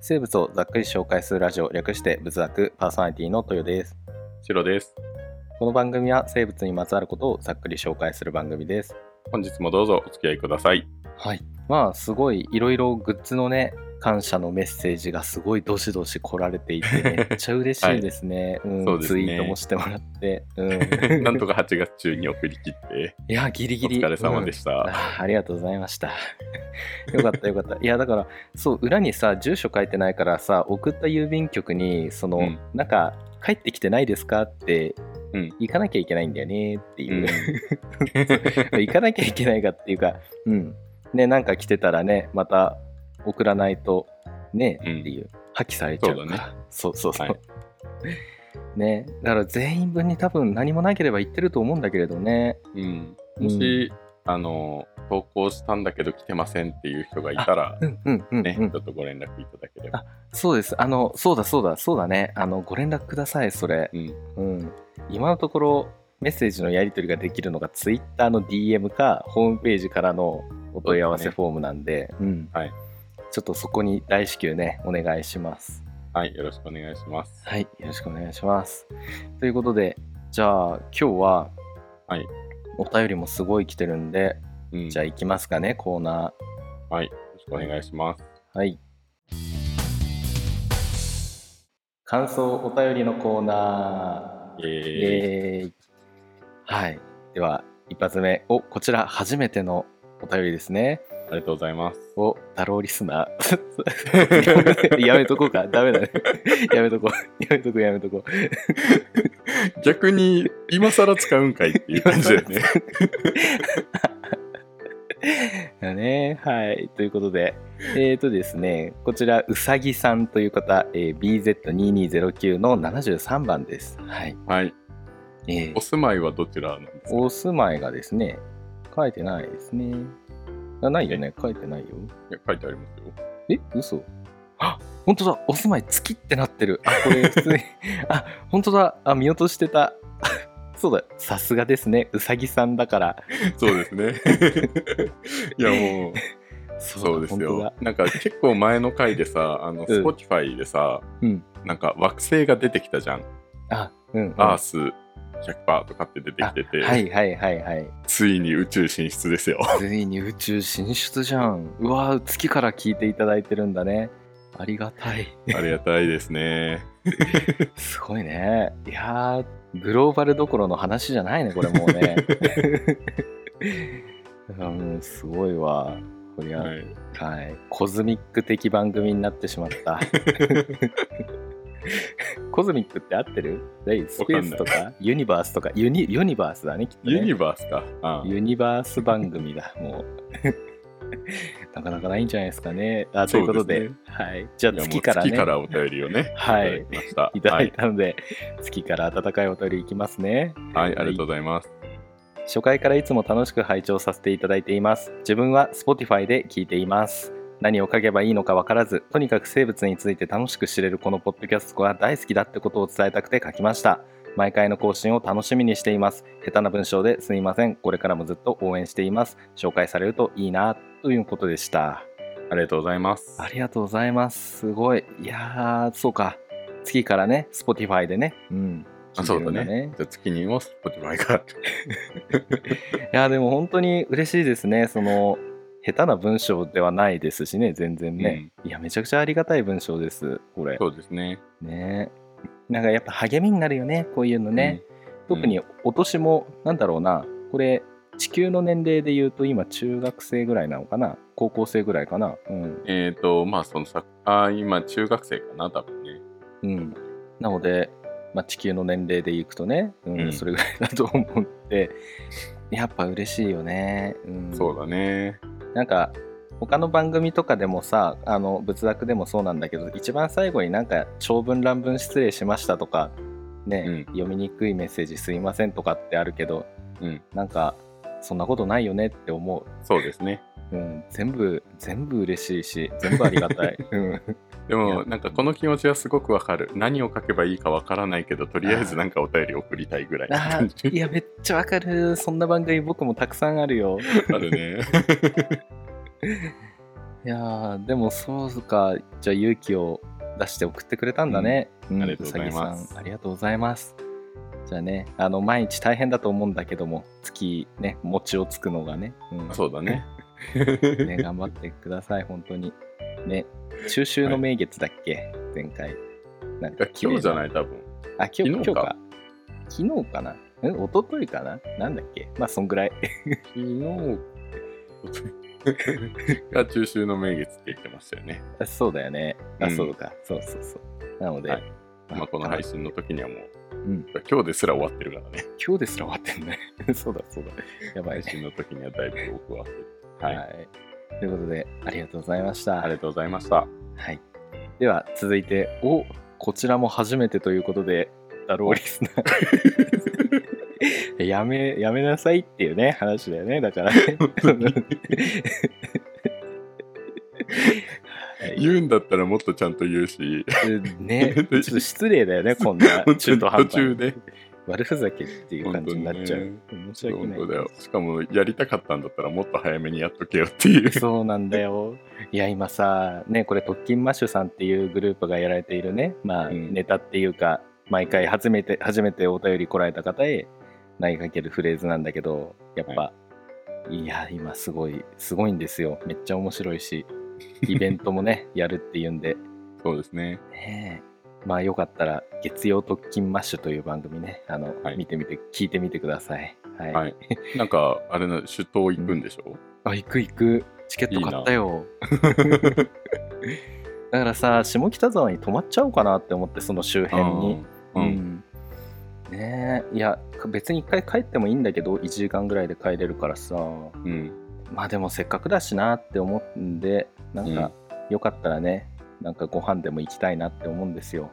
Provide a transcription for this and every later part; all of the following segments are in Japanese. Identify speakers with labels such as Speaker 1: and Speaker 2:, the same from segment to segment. Speaker 1: 生物をざっくり紹介するラジオ略して仏学パーソナリティの豊です
Speaker 2: 白です。
Speaker 1: この番組は生物にまつわることをざっくり紹介する番組です
Speaker 2: 本日もどうぞお付き合いくださ い。
Speaker 1: はいまあすごいいろいろグッズのね感謝のメッセージがすごいどしどし来られていて めっちゃ嬉しいですね、うん
Speaker 2: そうです
Speaker 1: ツ
Speaker 2: ね
Speaker 1: イートもしてもらって、うん、
Speaker 2: なんとか8月中に送り切って、
Speaker 1: いやギリギ
Speaker 2: お
Speaker 1: リ
Speaker 2: 疲れ様で
Speaker 1: た
Speaker 2: した。
Speaker 1: あーありがとうございました。 よかったよかった。いやだからそう裏にさ住所書いてないからさ送った郵便局にその、
Speaker 2: うん
Speaker 1: なんか帰ってきてないですかって、
Speaker 2: うん
Speaker 1: 行かなきゃいけないんだよねって
Speaker 2: う
Speaker 1: い
Speaker 2: ん
Speaker 1: う、 行かなきゃいけないかっていうかうんねなんか来てたらねまた送らないとね
Speaker 2: うん
Speaker 1: っていう、破棄されちゃうから
Speaker 2: そう
Speaker 1: そうそうそう、
Speaker 2: はい
Speaker 1: ねだから全員分に多分何もなければ言ってると思うんだけれどね
Speaker 2: うんもし、あの、投稿したんだけど来てませんっていう人がいたら、
Speaker 1: うんうんうん、うん、
Speaker 2: ね、ちょっとご連絡いただければ。
Speaker 1: そうです。あの、そうだそうだそうだね。あの、ご連絡ください、それ。
Speaker 2: うん、
Speaker 1: うん。今のところ、メッセージのやり取りができるのが、ツイッターの DM か、ホームページからのお問い合わせ
Speaker 2: そうですね
Speaker 1: フォームなんで、うん。
Speaker 2: はい。
Speaker 1: ちょっとそこに大至急ね、お願いします。
Speaker 2: はい、よろしくお願いします。
Speaker 1: はい。よろしくお願いします。ということで、じゃあ、今日は、
Speaker 2: はい。
Speaker 1: お便りもすごい来てるんで、
Speaker 2: うん、
Speaker 1: じゃあ行きますかね、コーナ
Speaker 2: はい、よろしくお願いします。
Speaker 1: ー。はい。感想お便りのコーナー。イ
Speaker 2: えー
Speaker 1: エーイはい。では、一発目。お、こちら、初めてのお便りですね。
Speaker 2: ありがとうございます。
Speaker 1: お、太郎リスナー。 やめとこうか。ダメだね。 やめとこう。やめとこう、やめとこう。
Speaker 2: 逆に、今更使うんかいっていう感じだ よね。
Speaker 1: だね。はい。ということで、えーとですね、こちら、うさぎさんという方、えー BZ2209 の73番です。はい。
Speaker 2: はい。
Speaker 1: えー
Speaker 2: お住まいはどちらなんですか
Speaker 1: お住まいがですね、書いてないですね。あないよね。書いてないよ。
Speaker 2: いや書いてありますよ。
Speaker 1: え嘘あ本当だお住まい月ってなってるあこれ普通 にあ本当だあ見落としてた そうださすがですねうさぎさんだから
Speaker 2: そうです ね。いやもう、
Speaker 1: そ
Speaker 2: そうです
Speaker 1: 本当
Speaker 2: よ
Speaker 1: だ。
Speaker 2: なんか結構前の回でさ、あの、
Speaker 1: うん
Speaker 2: Spotify でさ、
Speaker 1: うん
Speaker 2: なんか惑星が出てきたじゃん。
Speaker 1: あうん、うん、
Speaker 2: アース100%とかって出てきてて、
Speaker 1: はいはいはいはい
Speaker 2: ついに宇宙進出で すよ。
Speaker 1: ついに宇宙進出じゃんうわー月から聞いていただいてるんだねありがたい
Speaker 2: ありがたいですね。
Speaker 1: すごいねいやーグローバルどころの話じゃないねこれもう ねうんすごいわこりゃ、
Speaker 2: はい。
Speaker 1: はい、コズミック的番組になってしま った。コズミックって合ってる何スペースとかユニバースとかユニユニバースだねきっと
Speaker 2: ユニ
Speaker 1: ね。
Speaker 2: バースか。あ
Speaker 1: ユニバース番組だも うなかなかないんじゃないですかね。あということで
Speaker 2: そうですね
Speaker 1: はい、じゃあ
Speaker 2: いやもう
Speaker 1: 月からね
Speaker 2: 月からお便りをね、
Speaker 1: はい
Speaker 2: いただきました。
Speaker 1: いただ
Speaker 2: はいい。
Speaker 1: たので、月から温かいお便りいきますね。
Speaker 2: はい、ありがとうございます。
Speaker 1: 初回からいつも楽しく拝聴させていただいています自分は Spotify で聞いています何を書けばいいのか分からずとにかく生物について楽しく知れるこのポッドキャストが大好きだってことを伝えたくて書きました毎回の更新を楽しみにしています下手な文章ですみませんこれからもずっと応援しています紹介されるといいなということでした
Speaker 2: ありがとうございます。
Speaker 1: ありがとうございますすごいいやーそうか次からね Spotify でねうん
Speaker 2: あそうだ
Speaker 1: 聞いてるん
Speaker 2: ね。じゃあ月にも Spotify が。
Speaker 1: いやでも本当に嬉しいですねその下手な文章ではないですしね全然ね、いやめちゃくちゃありがたい文章ですこれ
Speaker 2: そうですね。
Speaker 1: ねなんかやっぱ励みになるよねこういうのね、特にお年もなんだろうなこれ地球の年齢で言うと今中学生ぐらいなのかな高校生ぐらいかなうん
Speaker 2: うん。えっ、と、まあそのさ、あー今中学生かな、多分ね。
Speaker 1: うんなので、まあ、地球の年齢でいくとね、うん
Speaker 2: うん
Speaker 1: それぐらいだと思ってやっぱ嬉しいよね、うん、
Speaker 2: そうだね。
Speaker 1: なんか他の番組とかでもさあの仏学でもそうなんだけど一番最後になんか長文乱文失礼しましたとかね、
Speaker 2: うん
Speaker 1: 読みにくいメッセージすいませんとかってあるけど
Speaker 2: うん。
Speaker 1: なんかそんなことないよねって思
Speaker 2: そうですね。
Speaker 1: う、うん、全部全部嬉しいし全部ありが たい、うん、
Speaker 2: で
Speaker 1: い
Speaker 2: も
Speaker 1: や
Speaker 2: なんかこの気持ちはすごくわかる何を書けばいいかわからないけどとりあえずなんかお便り送りたいぐらいな
Speaker 1: あ
Speaker 2: 感
Speaker 1: ーい
Speaker 2: じ
Speaker 1: やめっちゃわか るそんな番組僕もたくさんあるよ
Speaker 2: あるね
Speaker 1: いやーでもそうかじゃあ勇気を出して送ってくれたんだね、うん
Speaker 2: ありがとうござい
Speaker 1: うさ
Speaker 2: ます
Speaker 1: ぎさんありがとうございますじゃあねあの毎日大変だと思うんだけども月ね餅をつくのがね,、うん、
Speaker 2: そうだね。
Speaker 1: ね頑張ってください本当にね中秋の名月だっけ、前回なんか
Speaker 2: 今日じゃ
Speaker 1: い
Speaker 2: ない、多分。
Speaker 1: あ今日今
Speaker 2: 昨日
Speaker 1: 日
Speaker 2: か
Speaker 1: か昨日かなえ一昨日かななんだっけまあそんぐらい
Speaker 2: 昨日が中秋の名月って言ってましたよね。
Speaker 1: あそうだよね
Speaker 2: う
Speaker 1: あ
Speaker 2: ん
Speaker 1: そうか、そうそうそうなので、
Speaker 2: はいまあ、この配
Speaker 1: 信
Speaker 2: 信の時にはも
Speaker 1: う
Speaker 2: う、
Speaker 1: ん
Speaker 2: 今日ですら終わってるからね。
Speaker 1: 今日ですら終わってんね そうだそうだやばい
Speaker 2: 配
Speaker 1: ね
Speaker 2: 信の時にはだいぶ僕は。
Speaker 1: は、
Speaker 2: はいい。
Speaker 1: ということでありがとうございました、
Speaker 2: ありがとうございました。
Speaker 1: はい、では続いておこちらも初めてということでだろうリスナー やめやめなさいっていうね話だよねだからねはい
Speaker 2: 言うんだったらもっとちゃんと言うし、
Speaker 1: ね、ちょっと失礼だよね、こんな中途半端
Speaker 2: 途中
Speaker 1: に
Speaker 2: で。
Speaker 1: 悪ふざけっていう感じになっちゃう。申し訳
Speaker 2: 本
Speaker 1: ない
Speaker 2: 当だよ。しかも、やりたかったんだったらもっと早めにやっとけよって いう。
Speaker 1: そうなんだよ。いや、今さ、ね、これ、特勤マッシュさんっていうグループがやられているね、まあ、
Speaker 2: うん
Speaker 1: ネタっていうか、毎回初めて、初めてお便り来られた方へ投げかけるフレーズなんだけど、やっぱ、、
Speaker 2: はい
Speaker 1: や、今すごい、すごいんですよ。めっちゃ面白いし、イベントも ね、やるっていうんで、
Speaker 2: そうですね。
Speaker 1: ねえまあ、よかったら、月曜特勤マッシュという番組ね、あの、
Speaker 2: はい
Speaker 1: 見てみて、聞いてみてください。はい。
Speaker 2: はいなんか、あれな、首都行くんでしょ、
Speaker 1: あ、行く行く。チケット買ったよ。 だからさ、下北沢に泊まっちゃおうかなって思って、その周辺に。
Speaker 2: うん。うん。
Speaker 1: うんねえ、いや、別に一回帰ってもいいんだけど、1時間ぐらいで帰れるからさ、
Speaker 2: うん。
Speaker 1: まあでもせっかくだしなって思うんで、なんか、よかったらね、なんかご飯でも行きたいなって思うんですよ。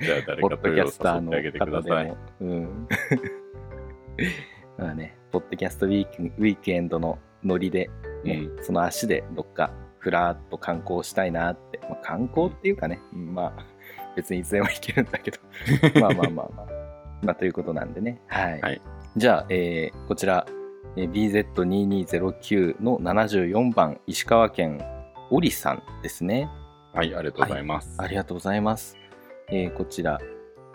Speaker 2: じゃあ、誰
Speaker 1: ポ
Speaker 2: か
Speaker 1: ッ
Speaker 2: と
Speaker 1: ドキャスター
Speaker 2: 誘っ
Speaker 1: の
Speaker 2: てあげてく
Speaker 1: 方
Speaker 2: だ
Speaker 1: で
Speaker 2: さい。
Speaker 1: も。うん。 まあね、ポッドキャストウィークウィークエンドのノリで
Speaker 2: う
Speaker 1: ね
Speaker 2: ん。
Speaker 1: その足でどっかふらーっと観光したいなって、まあ、観光っていうかね、まあ 別にいつでも行けるんだけ どまあまあまあまあまあということなんでねはい、
Speaker 2: はい
Speaker 1: じゃあ、えーこちらえー BZ2209 の74番石川県オリさんですね
Speaker 2: はい、ありがとうございます。
Speaker 1: ありがとうございます、えーこちら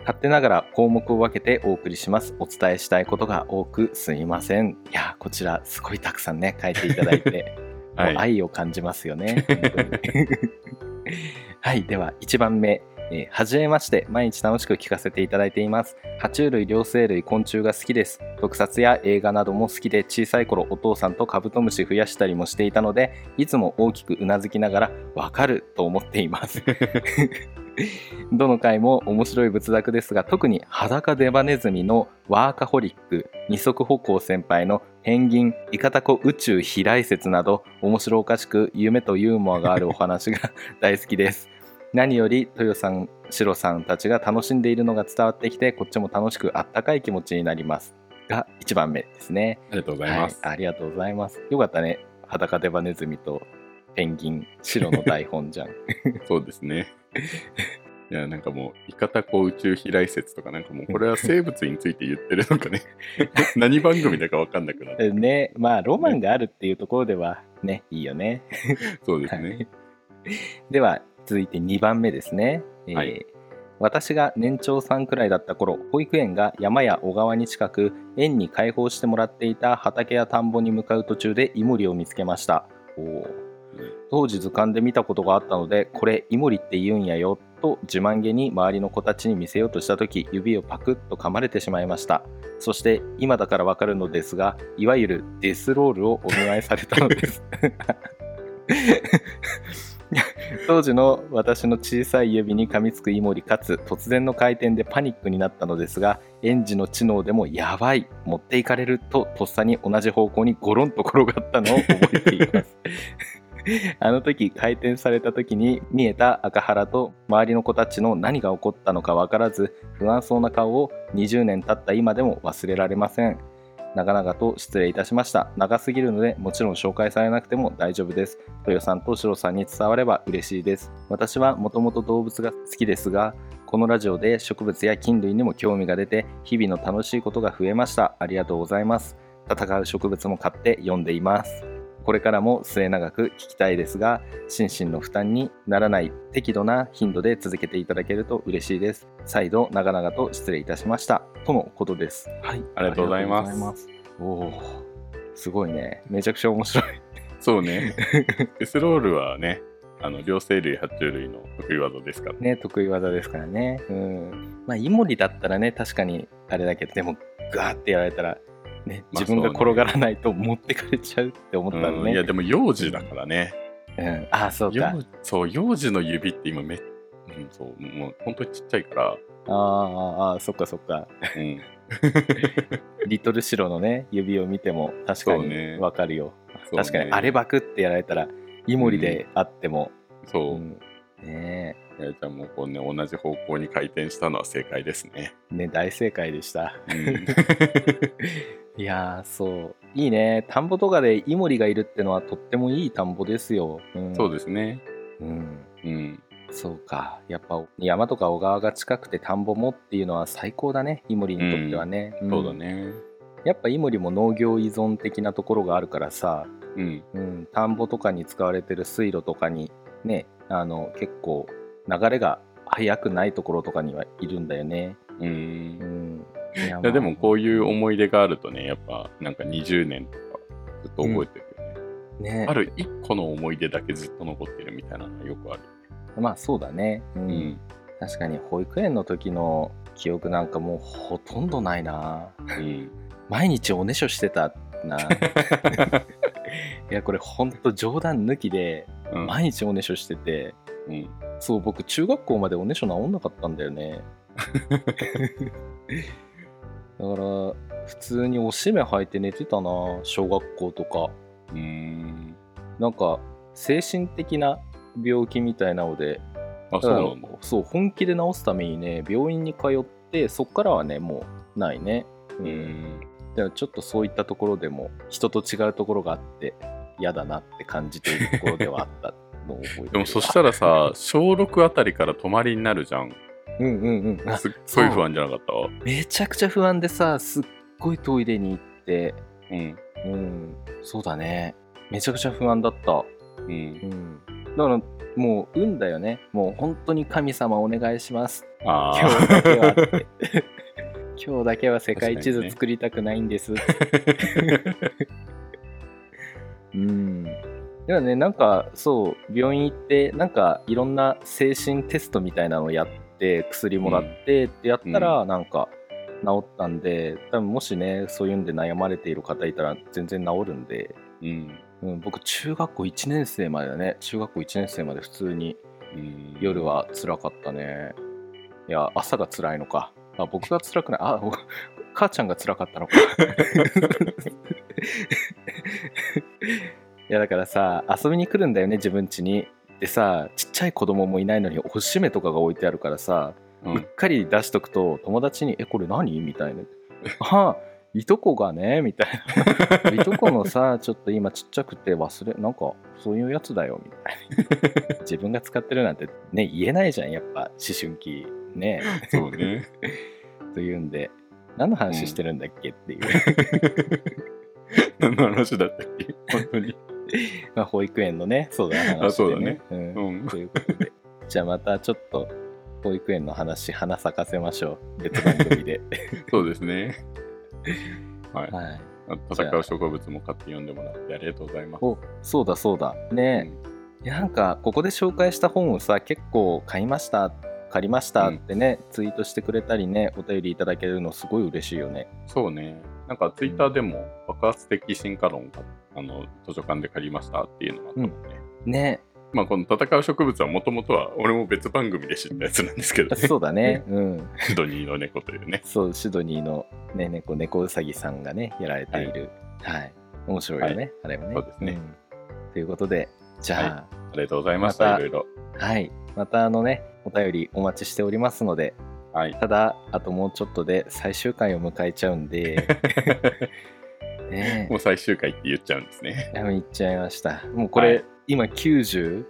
Speaker 1: 勝手ながら項目を分けてお送りしますお伝えしたいことが多くすみませんいやーこちらすごいたくさんね書いていただい てもう
Speaker 2: はい。
Speaker 1: 愛を感じますよね。本当にはい、では1番目。えーはじめまして、毎日楽しく聞かせていただいています。爬虫類、両生類、昆虫が好きです。特撮や映画なども好きで、小さい頃お父さんとカブトムシ増やしたりもしていたので、いつも大きくうなずきながら、わかると思っています。どの回も面白い仏作ですが特に裸デバネズミのワーカホリック二足歩行先輩のペンギンイカタコ宇宙飛来説など面白おかしく夢とユーモアがあるお話が 大好きです何より豊さんシロさんたちが楽しんでいるのが伝わってきてこっちも楽しくあったかい気持ちになりますが1番目ですね
Speaker 2: ありがとうございます。
Speaker 1: はい、ありがとうございますよかったね裸デバネズミとペンギンシロの台本じゃん
Speaker 2: そうですね。 いや、なんかもう、イカタコ宇宙飛来説とか、なんかもう、これは生物について言ってるのか ね。何番組だかわかんなくなる。
Speaker 1: ねまあロマンがあるっていうところではねいいよね
Speaker 2: そうですね。
Speaker 1: では続いて2番目ですね、えー
Speaker 2: はい
Speaker 1: 私が年長さんくらいだった頃保育園が山や小川に近く園に開放してもらっていた畑や田んぼに向かう途中でイモリを見つけましたおー当時図鑑で見たことがあったのでこれイモリって言うんやよと自慢げに周りの子たちに見せようとした時指をパクッと噛まれてしまいましたそして今だからわかるのですがいわゆるデスロールをお見舞いされたのです 当時の私の小さい指に噛みつくイモリかつ突然の回転でパニックになったのですが園児の知能でもやばい持っていかれるととっさに同じ方向にゴロンと転がったのを覚えています あの時回転された時に見えた赤原と周りの子たちの何が起こったのか分からず不安そうな顔を20年経った今でも忘れられません長々と失礼いたしました長すぎるのでもちろん紹介されなくても大丈夫です豊さんとシロさんに伝われば嬉しいです私はもともと動物が好きですがこのラジオで植物や菌類にも興味が出て日々の楽しいことが増えましたありがとうございます戦う植物も買って読んでいますこれからも末永く聞きたいですが心身の負担にならない適度な頻度で続けていただけると嬉しいです再度長々と失礼いたしましたとのことですはい
Speaker 2: ありがとうございます
Speaker 1: ありがとうございますおおすごいねめちゃくちゃ面白い
Speaker 2: そ うね。エスロールはね、あの、両生類、爬虫類の得意技ですから。
Speaker 1: ね得意技ですからねうんまあイモリだったらね確かにあれだけどでもガーってやられたらね、
Speaker 2: まあ
Speaker 1: 自分が
Speaker 2: そうね
Speaker 1: 転がらないと持ってかれちゃうって思ったらね、
Speaker 2: うんいや、でも幼児だからね。
Speaker 1: うん、ああそう
Speaker 2: 幼
Speaker 1: か
Speaker 2: そう、幼児の指って今めっ、うん、そう、もう本当にちっちゃいから、
Speaker 1: ああああそっかそっか
Speaker 2: うん。
Speaker 1: リトルシロのね指を見ても確か
Speaker 2: そう
Speaker 1: に
Speaker 2: ね
Speaker 1: わかるよ、
Speaker 2: そうね
Speaker 1: 確かにあれバクってやられたらイモリであっても、う
Speaker 2: そう、
Speaker 1: んね
Speaker 2: やちゃんもこうね、同じ方向に回転したのは正解です ね。
Speaker 1: えね大正解でした
Speaker 2: うん
Speaker 1: いやーそういいね田んぼとかでイモリがいるってのはとってもいい田んぼですよ、うん、
Speaker 2: そうですね。
Speaker 1: す、うん、
Speaker 2: うん。
Speaker 1: そうかやっぱ山とか小川が近くて田んぼもっていうのは最高だねイモリにとってはね、ん
Speaker 2: そうだね。
Speaker 1: やっぱイモリも農業依存的なところがあるからさ、
Speaker 2: うん。
Speaker 1: うん、田んぼとかに使われてる水路とかにねあの結構流れが速くないところとかにはいるんだよね。
Speaker 2: う。
Speaker 1: うんん、いや
Speaker 2: いやで
Speaker 1: ま
Speaker 2: も
Speaker 1: あ
Speaker 2: こういう思い出があるとね、やっぱなんか20年とかずっと覚えてるよね。
Speaker 1: ね
Speaker 2: ある一個の思い出だけずっと残ってるみたいなのがよくある。
Speaker 1: まあそうだね、うん
Speaker 2: うん。
Speaker 1: 確かに保育園の時の記憶なんかもうほとんどないな
Speaker 2: うん、
Speaker 1: 毎日おねしょしてた ないやこれほんと冗談抜きで
Speaker 2: うん
Speaker 1: 毎日おねしょしてて、
Speaker 2: うん
Speaker 1: そう僕中学校までおねしょ治んなかったんだよ ねだから普通におしめ履いて寝てたな小学校とか
Speaker 2: うーん。
Speaker 1: なんか精神的な病気みたいなので
Speaker 2: あ、そうなんだ。
Speaker 1: そう本気で治すためにね病院に通ってそっからはねもうないねう
Speaker 2: うんん。
Speaker 1: だからちょっとそういったところでも人と違うところがあって嫌だなって感じているところではあったのを覚えてる
Speaker 2: でもそしたらさ、小6あたりから泊まりになるじゃん。
Speaker 1: うんうんうんあ
Speaker 2: すっごい不安じゃなかった
Speaker 1: めちゃくちゃ不安でさすっごいトイレに行って
Speaker 2: うん。
Speaker 1: うんそうだねめちゃくちゃ不安だった
Speaker 2: うん。
Speaker 1: うんだからもう運だよねもう本当に神様お願いします
Speaker 2: あ
Speaker 1: 今日だけは
Speaker 2: あ。
Speaker 1: って 今日だけは世界地図作りたくないんです、うんではねなんかそう病院行ってなんかいろんな精神テストみたいなのをやって薬もらってってやったらなんか治ったんで、多分もしねそういうんで悩まれている方いたら全然治るんで、
Speaker 2: うん。
Speaker 1: うん、僕中学校1年生までだね中学校1年生まで普通に
Speaker 2: うん
Speaker 1: 夜。は辛かったねいや朝が辛いのかあ僕が辛くないあお母ちゃんが辛かったのかいやだからさ遊びに来るんだよね自分家にでさちっちゃい子供もいないのにおしめとかが置いてあるからさ、
Speaker 2: う
Speaker 1: うっ
Speaker 2: ん。
Speaker 1: かり出しとくと友達に「えこれ何?」みたいな 「あいとこがね」みたい な「いとこのさちょっと今ちっちゃくて忘れなんかそういうやつだよ」みた いな自分が使ってるなんてね言えないじゃんやっぱ思春期ね
Speaker 2: そうね。
Speaker 1: というんで何の話してるんだっけっていう、
Speaker 2: 何の話だったっけ本当に。
Speaker 1: まあ保育園のねそうだね
Speaker 2: あそうだね
Speaker 1: 話でね、うん
Speaker 2: うん。
Speaker 1: ということでじゃあまたちょっと保育園の話花咲かせましょう別番組 で、
Speaker 2: そうですね。は い。
Speaker 1: はい、
Speaker 2: 戦う植物も買って読んでもらってありがとうございます。
Speaker 1: おそうだそうだねいやなんかここで紹介した本をさ結構買いました借りましたってね、ツイートしてくれたりねお便りいただけるのすごい嬉しいよね
Speaker 2: そうね。なんかツイッターでも爆発的進化論があの図書館で借りましたっていうのがあったもんね。
Speaker 1: ね
Speaker 2: まあこの戦う植物はもともとは俺も別番組で知ったやつなんですけど、ね、
Speaker 1: そうだねうん
Speaker 2: シドニーの猫というね。
Speaker 1: そうシドニーのね猫猫うさぎさんがねやられているはい、面白いよね、あれはね
Speaker 2: そうですね
Speaker 1: んということでじゃ
Speaker 2: ありがとうございまし
Speaker 1: ま
Speaker 2: た。
Speaker 1: た
Speaker 2: いろいろ。
Speaker 1: あはい、またあのねお便りお待ちしておりますので
Speaker 2: はい。
Speaker 1: ただあともうちょっとで最終回を迎えちゃうんで ねえ
Speaker 2: もう最終回って言っちゃうんですね。
Speaker 1: やめに行っちゃいました。もうこれ、
Speaker 2: はい
Speaker 1: 今91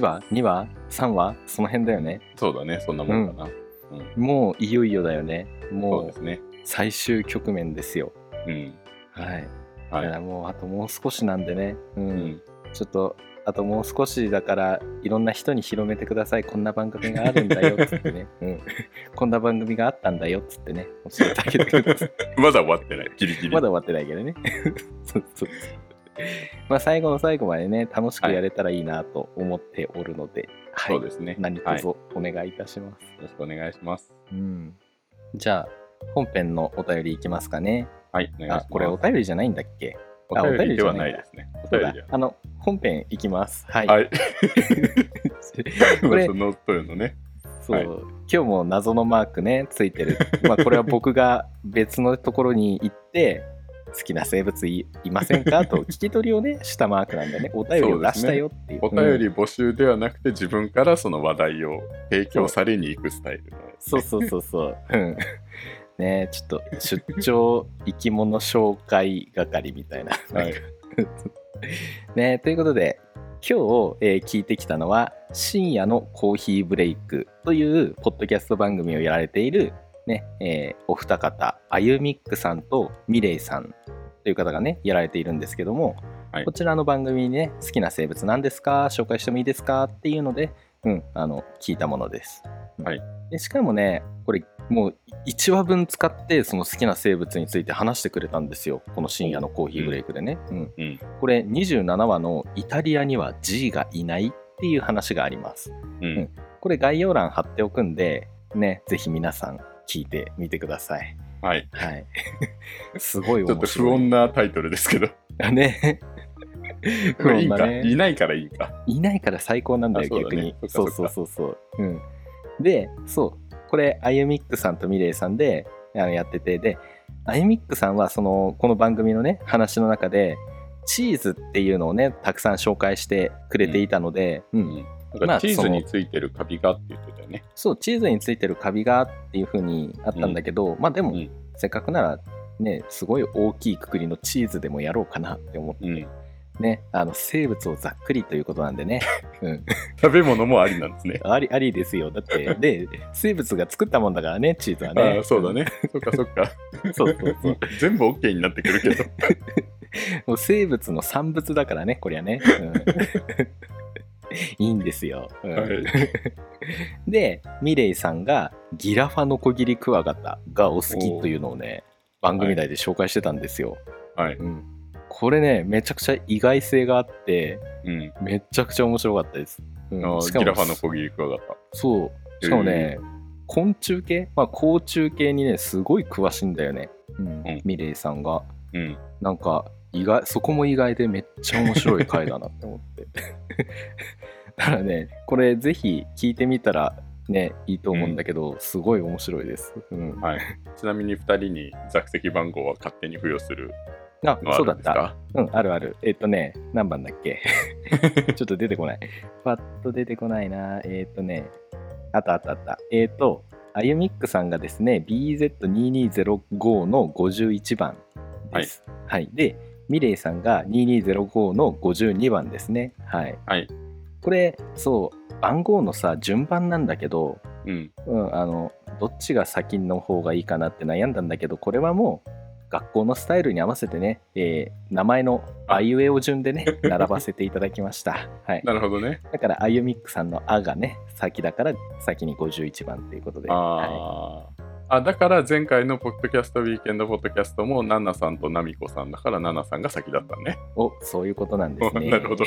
Speaker 1: 話、2話、3話、その辺だよね。
Speaker 2: そうだね。そんなもんかな。うん
Speaker 1: もういよいよだよね。
Speaker 2: そう
Speaker 1: も
Speaker 2: で
Speaker 1: う
Speaker 2: すね。
Speaker 1: 最終局面ですよ。
Speaker 2: うん。
Speaker 1: はい。
Speaker 2: はい
Speaker 1: だからもうあともう少しなんでね、うん
Speaker 2: うん、
Speaker 1: ちょっとあともう少しだからいろんな人に広めてくださいこんな番組があるんだよっつってね、うん、 こんな番組があったんだよっつってね教えてあげてください
Speaker 2: まだ終わってない、ギリギリ。
Speaker 1: まだ終わってないけどね そうそうそうまあ最後の最後までね楽しくやれたらいいなと思っておるので、はい
Speaker 2: そうですね。
Speaker 1: 何
Speaker 2: はい、
Speaker 1: 卒
Speaker 2: よ
Speaker 1: お願いいたします、
Speaker 2: ろしくお願いします。
Speaker 1: うん、じゃあ本編のお便りいきますかね
Speaker 2: はい、お願いしま
Speaker 1: あ
Speaker 2: す。
Speaker 1: これお便りじゃないんだっけ
Speaker 2: お
Speaker 1: あお
Speaker 2: 便
Speaker 1: 便り
Speaker 2: り
Speaker 1: じ
Speaker 2: で
Speaker 1: ゃ
Speaker 2: は
Speaker 1: な
Speaker 2: ないい
Speaker 1: んだ
Speaker 2: ですね。お
Speaker 1: そう
Speaker 2: 便
Speaker 1: だ
Speaker 2: りでは
Speaker 1: あの本編いきますはい、
Speaker 2: ない。はい。
Speaker 1: これ
Speaker 2: そのとるのね。
Speaker 1: そう、
Speaker 2: はい
Speaker 1: 今日も謎のマークねつい てるまあこれは僕が別のところに行って好きな生物いいませんかと聞き取りを ねしたマークなんだよねお便りを出したよっていう
Speaker 2: お便
Speaker 1: うん
Speaker 2: り募集ではなくて、自分からその話題を提供されに行くスタイルのやつ
Speaker 1: そうそうそうそううんねちょっと出張生き物紹介係みたい な、
Speaker 2: はい、
Speaker 1: ねということで今日、えー聞いてきたのは「深夜のコーヒーブレイク」というポッドキャスト番組をやられている、ねえーお二方あゆみっくさんとみれいさんという方がねやられているんですけども、
Speaker 2: はい
Speaker 1: こちらの番組にね好きな生物何ですか紹介してもいいですかっていうので、うん、あの聞いたものです。
Speaker 2: はい
Speaker 1: でしかもねこれもう1話分使ってその好きな生物について話してくれたんですよこの「深夜のコーヒーブレイク」でね。うん
Speaker 2: うん
Speaker 1: これ27話のイタリアには G がいないっていう話があります。
Speaker 2: うん
Speaker 1: これ概要欄貼っておくんで、ね、ぜひ皆さん聞いてみてください。
Speaker 2: はい、
Speaker 1: はい。 すごい
Speaker 2: ちょ
Speaker 1: 面
Speaker 2: っと不
Speaker 1: 白い。
Speaker 2: 穏なタイトルですけど、
Speaker 1: だ ね。
Speaker 2: こ れい
Speaker 1: 不穏
Speaker 2: い
Speaker 1: だ
Speaker 2: か、
Speaker 1: ね
Speaker 2: いないからいいか。
Speaker 1: いないから最高なんだよ、
Speaker 2: あそうだ
Speaker 1: 逆にそ
Speaker 2: ね。そうっ
Speaker 1: そう
Speaker 2: か
Speaker 1: そうそう。うん。で、そう。これ、あゆみっくさんとみれいさんであのやってて、で、あゆみっくさんは、その、この番組のね、話の中で、チーズっていうのをね、たくさん紹介してくれていたので、う、
Speaker 2: うんなん
Speaker 1: まあ
Speaker 2: かチー
Speaker 1: そ
Speaker 2: ズ
Speaker 1: の
Speaker 2: についてるカビがって言ってたよね。
Speaker 1: そうチーズについてるカビがっていう風にあったんだけど、まあでも、
Speaker 2: うん
Speaker 1: せっかくならねすごい大きいくくりのチーズでもやろうかなって思って、
Speaker 2: うん、
Speaker 1: ねあの生物をざっくりということなんでね、うん、
Speaker 2: 食べ物もありなんで すね。
Speaker 1: ありありですよだ ってで生物が作ったもんだからねチーズは
Speaker 2: あ
Speaker 1: ね
Speaker 2: あそうだね。そっかそっか。
Speaker 1: そうそう そう
Speaker 2: 全部 OK になってくるけ ど。
Speaker 1: もう生物の産物だからねこりゃね、 うん、いいんですよ、うん
Speaker 2: はい
Speaker 1: でミレイさんがギラファノコギリクワガタがお好きというのをね番組内で紹介してたんですよ、
Speaker 2: はい
Speaker 1: うん、これねめちゃくちゃ意外性があって
Speaker 2: うん
Speaker 1: めちゃくちゃ面白かったです、う
Speaker 2: あ
Speaker 1: ん、
Speaker 2: ー
Speaker 1: しか
Speaker 2: ギ
Speaker 1: も
Speaker 2: ラファの小切りクワガタ。
Speaker 1: そうしかもね、昆虫系、まあ、甲虫系にねすごい詳しいんだよね、うん
Speaker 2: ん
Speaker 1: ミレイさんが
Speaker 2: うん、
Speaker 1: なんか意外そこも意外でめっちゃ面白い回だなって思って だからねこれぜひ聞いてみたらねいいと思うんだけど、すごい面白いです、うん、
Speaker 2: はい。ちなみに2人に座席番号は勝手に付与する
Speaker 1: あ
Speaker 2: のはあ
Speaker 1: そうだ
Speaker 2: るん
Speaker 1: っ
Speaker 2: です
Speaker 1: た
Speaker 2: か
Speaker 1: うんあるあるえっ、とね何番だっけ ちょっと出てこないパッと出てこないなえっ、とねあったあったあったえっ、とあゆみっくさんがですね BZ2205 の51番ですはい、でミレイさんが2205の52番ですねはい
Speaker 2: はい。
Speaker 1: これそう番号のさ順番なんだけど、
Speaker 2: うん。
Speaker 1: うん、あのどっちが先の方がいいかなって悩んだんだけどこれはもう学校のスタイルに合わせてね、えー名前のあいうえお順 でね並ばせていただきました、はい、
Speaker 2: なるほどね。
Speaker 1: だからあゆみっくさんの「あ」がね先だから先に51番ということでは
Speaker 2: あーあだから前回のポッドキャストウィーケンドポッドキャストもナナさんとナミコさんだからナナさんが先だったね
Speaker 1: い、。おそういうことなんですね
Speaker 2: な るほど。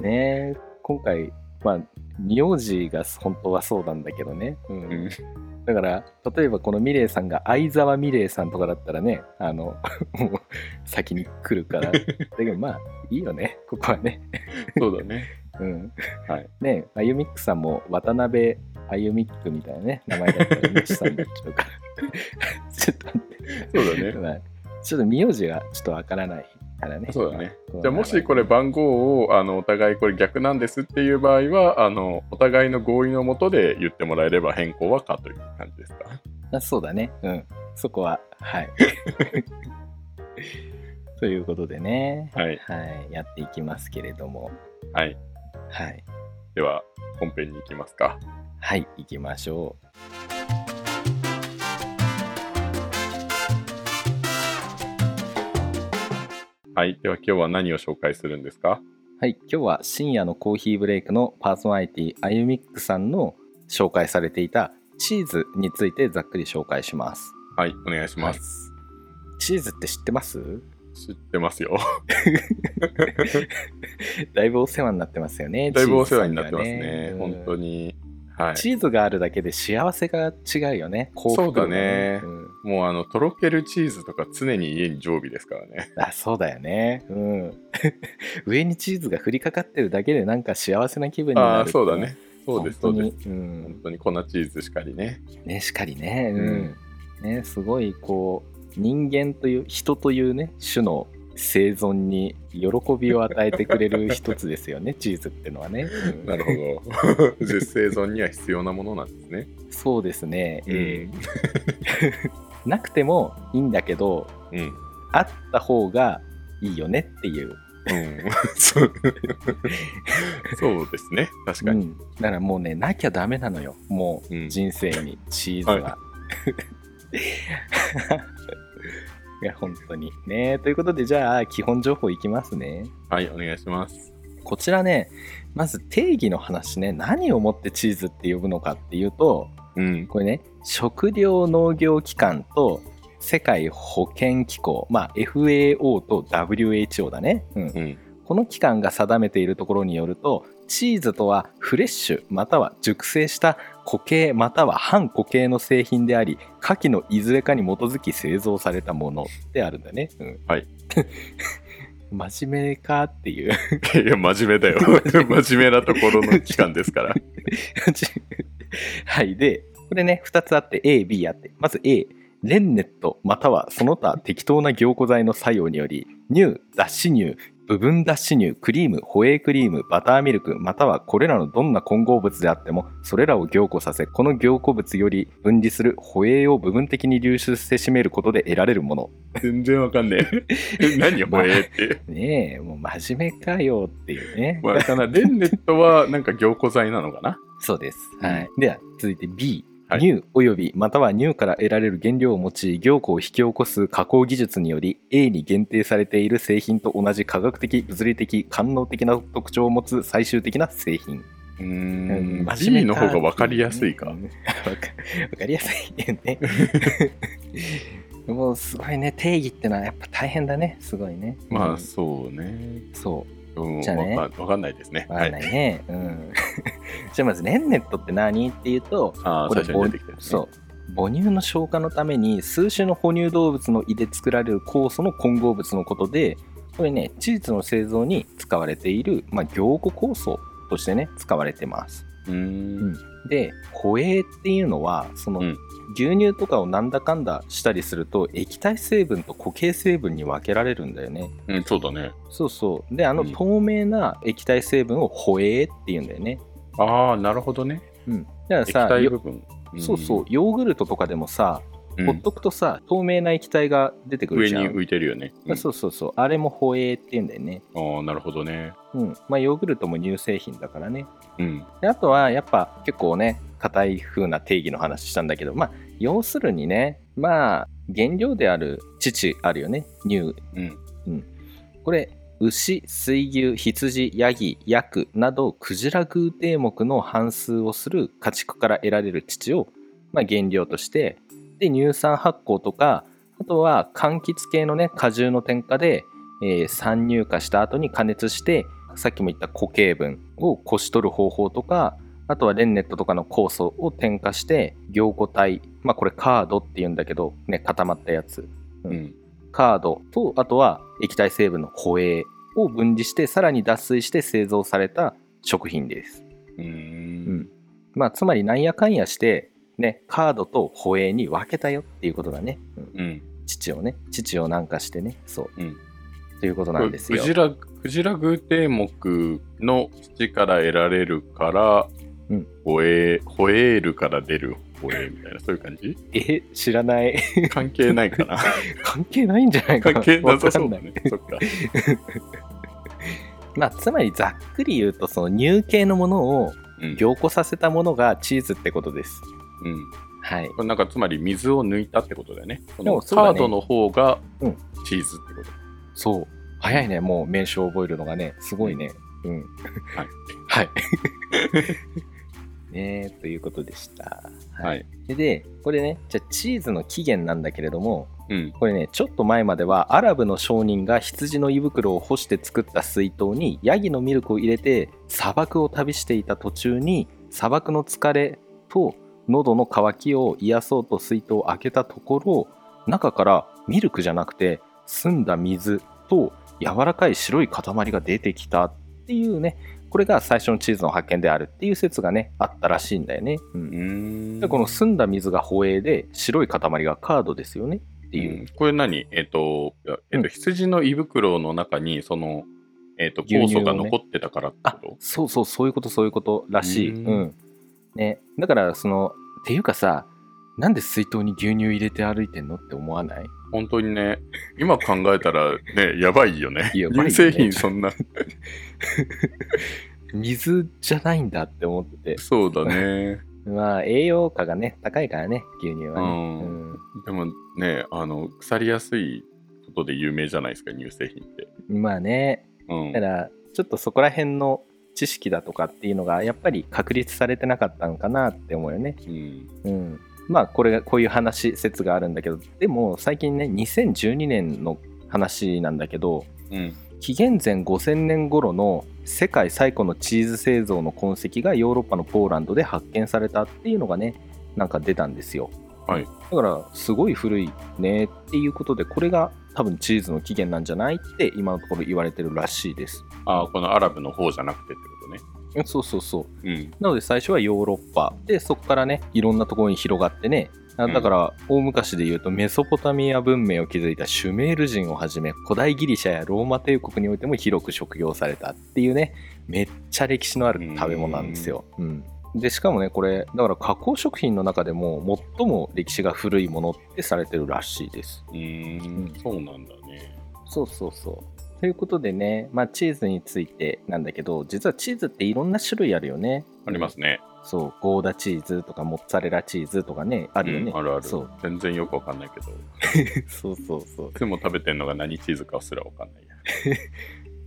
Speaker 1: ね今回まあ名字が本当はそうなんだけどね、うん
Speaker 2: うん
Speaker 1: だから例えばこのミレイさんが相沢ミレイさんとかだったらねあの もう先に来るから だけどまあいいよねここはね
Speaker 2: そうだね。
Speaker 1: うん、
Speaker 2: はい、
Speaker 1: ねあゆみっくさんも渡辺あゆみっくみたいなね名前だったら西さんだっちゃうから ちょっと待
Speaker 2: そうだ
Speaker 1: って、
Speaker 2: ね。
Speaker 1: まあちょっと名字がちょっとわからないからね
Speaker 2: そうだね。
Speaker 1: まあ
Speaker 2: じゃあもしこれ番号をあのお互いこれ逆なんですっていう場合はあのお互いの合意のもとで言ってもらえれば変更は可という感じですか。
Speaker 1: あそうだね。うん。そこは、 はい。ということでね、
Speaker 2: はい
Speaker 1: はい、やっていきますけれども、
Speaker 2: はい。
Speaker 1: はい。
Speaker 2: では本編に行きますか。
Speaker 1: はい、行きましょう。
Speaker 2: はい。では今日は何を紹介するんですか
Speaker 1: はい、今日は深夜のコーヒーブレイクのパーソナリティあゆみっくさんの紹介されていたチーズについてざっくり紹介します。
Speaker 2: はい。お願いします。
Speaker 1: チーズって知ってます
Speaker 2: 知ってます よ。
Speaker 1: だいぶお世話になってますよね。
Speaker 2: だいぶお世話になってますね。本当
Speaker 1: に、
Speaker 2: に。はい。
Speaker 1: チーズがあるだけで幸せが違うよね。幸福度が
Speaker 2: そ
Speaker 1: う
Speaker 2: う
Speaker 1: ん
Speaker 2: もうあの、とろけるチーズとか常に家に常備ですからね。
Speaker 1: あそうだよね。うん。 上にチーズが降りかかってるだけでなんか幸せな気分になる。
Speaker 2: ああー、そうだ。ね。そうです、そうです。
Speaker 1: す。うん
Speaker 2: 本当に粉チーズしかりね。
Speaker 1: ねしかりね、うんねすごいこう人間という人というね種の生存に喜びを与えてくれる一つです よねチーズってのはね、うん
Speaker 2: なるほど。 実生存には必要なものなんですね。
Speaker 1: そうですね、えーなくてもいいんだけど
Speaker 2: うん。うん。
Speaker 1: あった方がいいよねっていう、
Speaker 2: そうそうですね。確か
Speaker 1: う
Speaker 2: に。
Speaker 1: ん、だからもうねなきゃダメなのよもう
Speaker 2: うん
Speaker 1: 人生にチーズは。
Speaker 2: はい
Speaker 1: や本当にねということでじゃあ基本情報いきますね
Speaker 2: はい、お願いします。
Speaker 1: こちらね、まず定義の話ね、何をもってチーズって呼ぶのかっていうと、
Speaker 2: うん。
Speaker 1: これね、食料農業機関と世界保健機構、まあ、FAO と WHO だね、うん
Speaker 2: うん。
Speaker 1: この機関が定めているところによると、チーズとはフレッシュまたは熟成した固形または半固形の製品であり、下記のいずれかに基づき製造されたものであるんだね。うん
Speaker 2: はい。
Speaker 1: 真面目かっていう。
Speaker 2: いや、真面目だよ。 真面目なところの期間ですから。
Speaker 1: はい。で、これね、2つあって、A、B あって、まず A、レンネット、またはその他適当な凝固剤の作用により、乳、脱脂乳、部分脱脂乳、クリーム、ホエークリーム、バターミルク、またはこれらのどんな混合物であっても、それらを凝固させ、この凝固物より分離するホエーを部分的に流出して占めることで得られるもの。
Speaker 2: 全然わかんねえ。 何
Speaker 1: まあ
Speaker 2: ほえって。
Speaker 1: ねえ、もう真面目かよっていうね。
Speaker 2: まあ、かなレンネットはなんか凝固剤なのかな
Speaker 1: そうです。
Speaker 2: うん
Speaker 1: はい。では、続いて B。
Speaker 2: はい
Speaker 1: 乳およびまたは乳から得られる原料を用い凝固を引き起こす加工技術により A に限定されている製品と同じ科学的物理的官能的な特徴を持つ最終的な製 品
Speaker 2: うー
Speaker 1: うん
Speaker 2: ん
Speaker 1: 真
Speaker 2: B
Speaker 1: 面目
Speaker 2: の
Speaker 1: か
Speaker 2: 方がわかりやすいか
Speaker 1: うん。わかわかりやすいよね もうすごいね定義ってのはやっぱ大変だねすごいね
Speaker 2: ま
Speaker 1: うん
Speaker 2: あそうね。
Speaker 1: そ
Speaker 2: うん、わ
Speaker 1: じゃ
Speaker 2: か
Speaker 1: あね
Speaker 2: んわかんないですね。
Speaker 1: うわかんないね、うん じゃあまずレンネットって何っていうと
Speaker 2: ああ、
Speaker 1: これ
Speaker 2: 最初に出てきたやつね
Speaker 1: そう母乳の消化のために数種の哺乳動物の胃で作られる酵素の混合物のことでこれねチーズの製造に使われている、まあ、凝固酵素としてね使われてます
Speaker 2: うーん。
Speaker 1: でホエーっていうのはその、
Speaker 2: うん
Speaker 1: 牛乳とかをなんだかんだしたりすると液体成分と固形成分に分けられるんだよね
Speaker 2: うん、そうだね。
Speaker 1: そうそうであの
Speaker 2: うん
Speaker 1: 透明な液体成分をホエーっていうんだよね
Speaker 2: ああ、なるほどね。
Speaker 1: うんだから
Speaker 2: 液
Speaker 1: さ
Speaker 2: 体
Speaker 1: よ
Speaker 2: 部分。ん
Speaker 1: そうそう、ヨーグルトとかでもさ
Speaker 2: うん
Speaker 1: ほっとくとさ、透明な液体が出てくる
Speaker 2: 上
Speaker 1: じゃん。
Speaker 2: に浮いてるよね。うん
Speaker 1: そうそうそう、あれもホエーって言うんだよね。
Speaker 2: ああ、なるほどね。
Speaker 1: うん。まあ、ヨーグルトも乳製品だからね。
Speaker 2: うん。
Speaker 1: であとは、やっぱ結構ね、硬い風な定義の話したんだけど、まあ、要するにね、まあ、原料である乳あるよね、乳。
Speaker 2: うん。
Speaker 1: これ、牛、水牛、羊、ヤギ、ヤクなど、クジラ偶定目の半数をする家畜から得られる乳を、まあ、原料として、で、乳酸発酵とか、あとは柑橘系のね、果汁の添加で、えー酸乳化した後に加熱して、さっきも言った固形分をこし取る方法とか、あとはレンネットとかの酵素を添加して、凝固体、まあこれカードって言うんだけど、ね、固まったやつ。
Speaker 2: うん。
Speaker 1: カードとあとは液体成分のホエーを分離してさらに脱水して製造された食品です、
Speaker 2: うー。
Speaker 1: うんんまあ、つまりなんやかんやして、ね、カードとホエーに分けたよっていうことだね、うん
Speaker 2: うん。
Speaker 1: 父をね父をなんかしてねそう、
Speaker 2: うん
Speaker 1: ということなんですよ
Speaker 2: クジラ、クジラ偶蹄目の土から得られるから、
Speaker 1: うん
Speaker 2: ホエー、ホエールから出るホエーみたいな、そういう感 じ
Speaker 1: え知らない
Speaker 2: 関係ないかな
Speaker 1: 関係ないんじゃないかな
Speaker 2: 関係なさそ
Speaker 1: わ
Speaker 2: う
Speaker 1: か
Speaker 2: だ
Speaker 1: んない
Speaker 2: ね。そっか。
Speaker 1: まあ、つまりざっくり言うとその乳系のものを
Speaker 2: うん。
Speaker 1: 凝固させたものがチーズってことです
Speaker 2: うん
Speaker 1: はい
Speaker 2: これなんかつまり水を抜いたってことだよね。こ
Speaker 1: で
Speaker 2: の
Speaker 1: もそうだ
Speaker 2: カ
Speaker 1: ね
Speaker 2: ードの方が
Speaker 1: うん
Speaker 2: チーズってこと。
Speaker 1: そう早いね、もう名称を覚えるのがね、すごいね。うん。
Speaker 2: はい。
Speaker 1: はい。ねえということでした。
Speaker 2: は。い。
Speaker 1: で、これね、じゃあチーズの起源なんだけれども、
Speaker 2: うん。
Speaker 1: これね、ちょっと前まではアラブの商人が羊の胃袋を干して作った水筒にヤギのミルクを入れて砂漠を旅していた途中に砂漠の疲れと喉の渇きを癒そうと水筒を開けたところ中からミルクじゃなくて澄んだ水と柔らかい白い塊が出てきたっていうねこれが最初のチーズの発見であるっていう説がねあったらしいんだよね。うん
Speaker 2: うん
Speaker 1: でこの澄んだ水が保栄で白い塊がカードですよねっていう。
Speaker 2: んこれ何えっ、と、いやえ
Speaker 1: う
Speaker 2: っ
Speaker 1: ん
Speaker 2: と羊の胃袋の中に、その、えっ、と、
Speaker 1: 牛
Speaker 2: 酵
Speaker 1: 乳をね
Speaker 2: 素が残ってたからって
Speaker 1: あ
Speaker 2: こと
Speaker 1: そうそうそういうことそういうことらしい、う
Speaker 2: うんん
Speaker 1: ね、だからそのっていうかさなんで水筒に牛乳入れて歩いてんのって思わない
Speaker 2: 本当にね、今考えたらね、 やばいよね。
Speaker 1: やばいよね
Speaker 2: 乳製品そんな、
Speaker 1: 水じゃないんだって思って
Speaker 2: そうだね。
Speaker 1: てまあ栄養価がね高いからね牛乳は
Speaker 2: う
Speaker 1: ね、
Speaker 2: ん
Speaker 1: うん
Speaker 2: でもね、あの、腐りやすいことで有名じゃないですか、乳製品って。
Speaker 1: まあね
Speaker 2: うん
Speaker 1: だか。らちょっとそこら辺の知識だとかっていうのがやっぱり確立されてなかったのかなって思うよね
Speaker 2: うん
Speaker 1: うんまあこれがこういう話説があるんだけどでも最近ね2012年の話なんだけど、
Speaker 2: うん。
Speaker 1: 紀元前5000年頃の世界最古のチーズ製造の痕跡がヨーロッパのポーランドで発見されたっていうのがねなんか出たんですよ、
Speaker 2: はい
Speaker 1: だからすごい古いねっていうことでこれが多分チーズの起源なんじゃないって今のところ言われてるらしいです
Speaker 2: ああ、このアラブの方じゃなくてって
Speaker 1: そうそうそう
Speaker 2: ことね。
Speaker 1: なので最初はヨーロッパでそこからねいろんなところに広がってねあだから大昔で言うとメソポタミア文明を築いたシュメール人をはじめ古代ギリシャやローマ帝国においても広く食用されたっていうねめっちゃ歴史のある食べ物なんですよ。うんでしかもねこれだから加工食品の中でも最も歴史が古いものってされてるらしいです。
Speaker 2: うん。うん。そうなんだね。
Speaker 1: そうそうそう。ということでね、まあ、チーズについてなんだけど実はチーズっていろんな種類あるよね。
Speaker 2: ありますね。
Speaker 1: そう、ゴーダチーズとかモッツァレラチーズとかね、あ
Speaker 2: あ
Speaker 1: るよね。
Speaker 2: あるある
Speaker 1: そう。
Speaker 2: 全然よくわかんないけど。
Speaker 1: そうそうそう。
Speaker 2: いつも食べてんのが何チーズかすらわかんないや。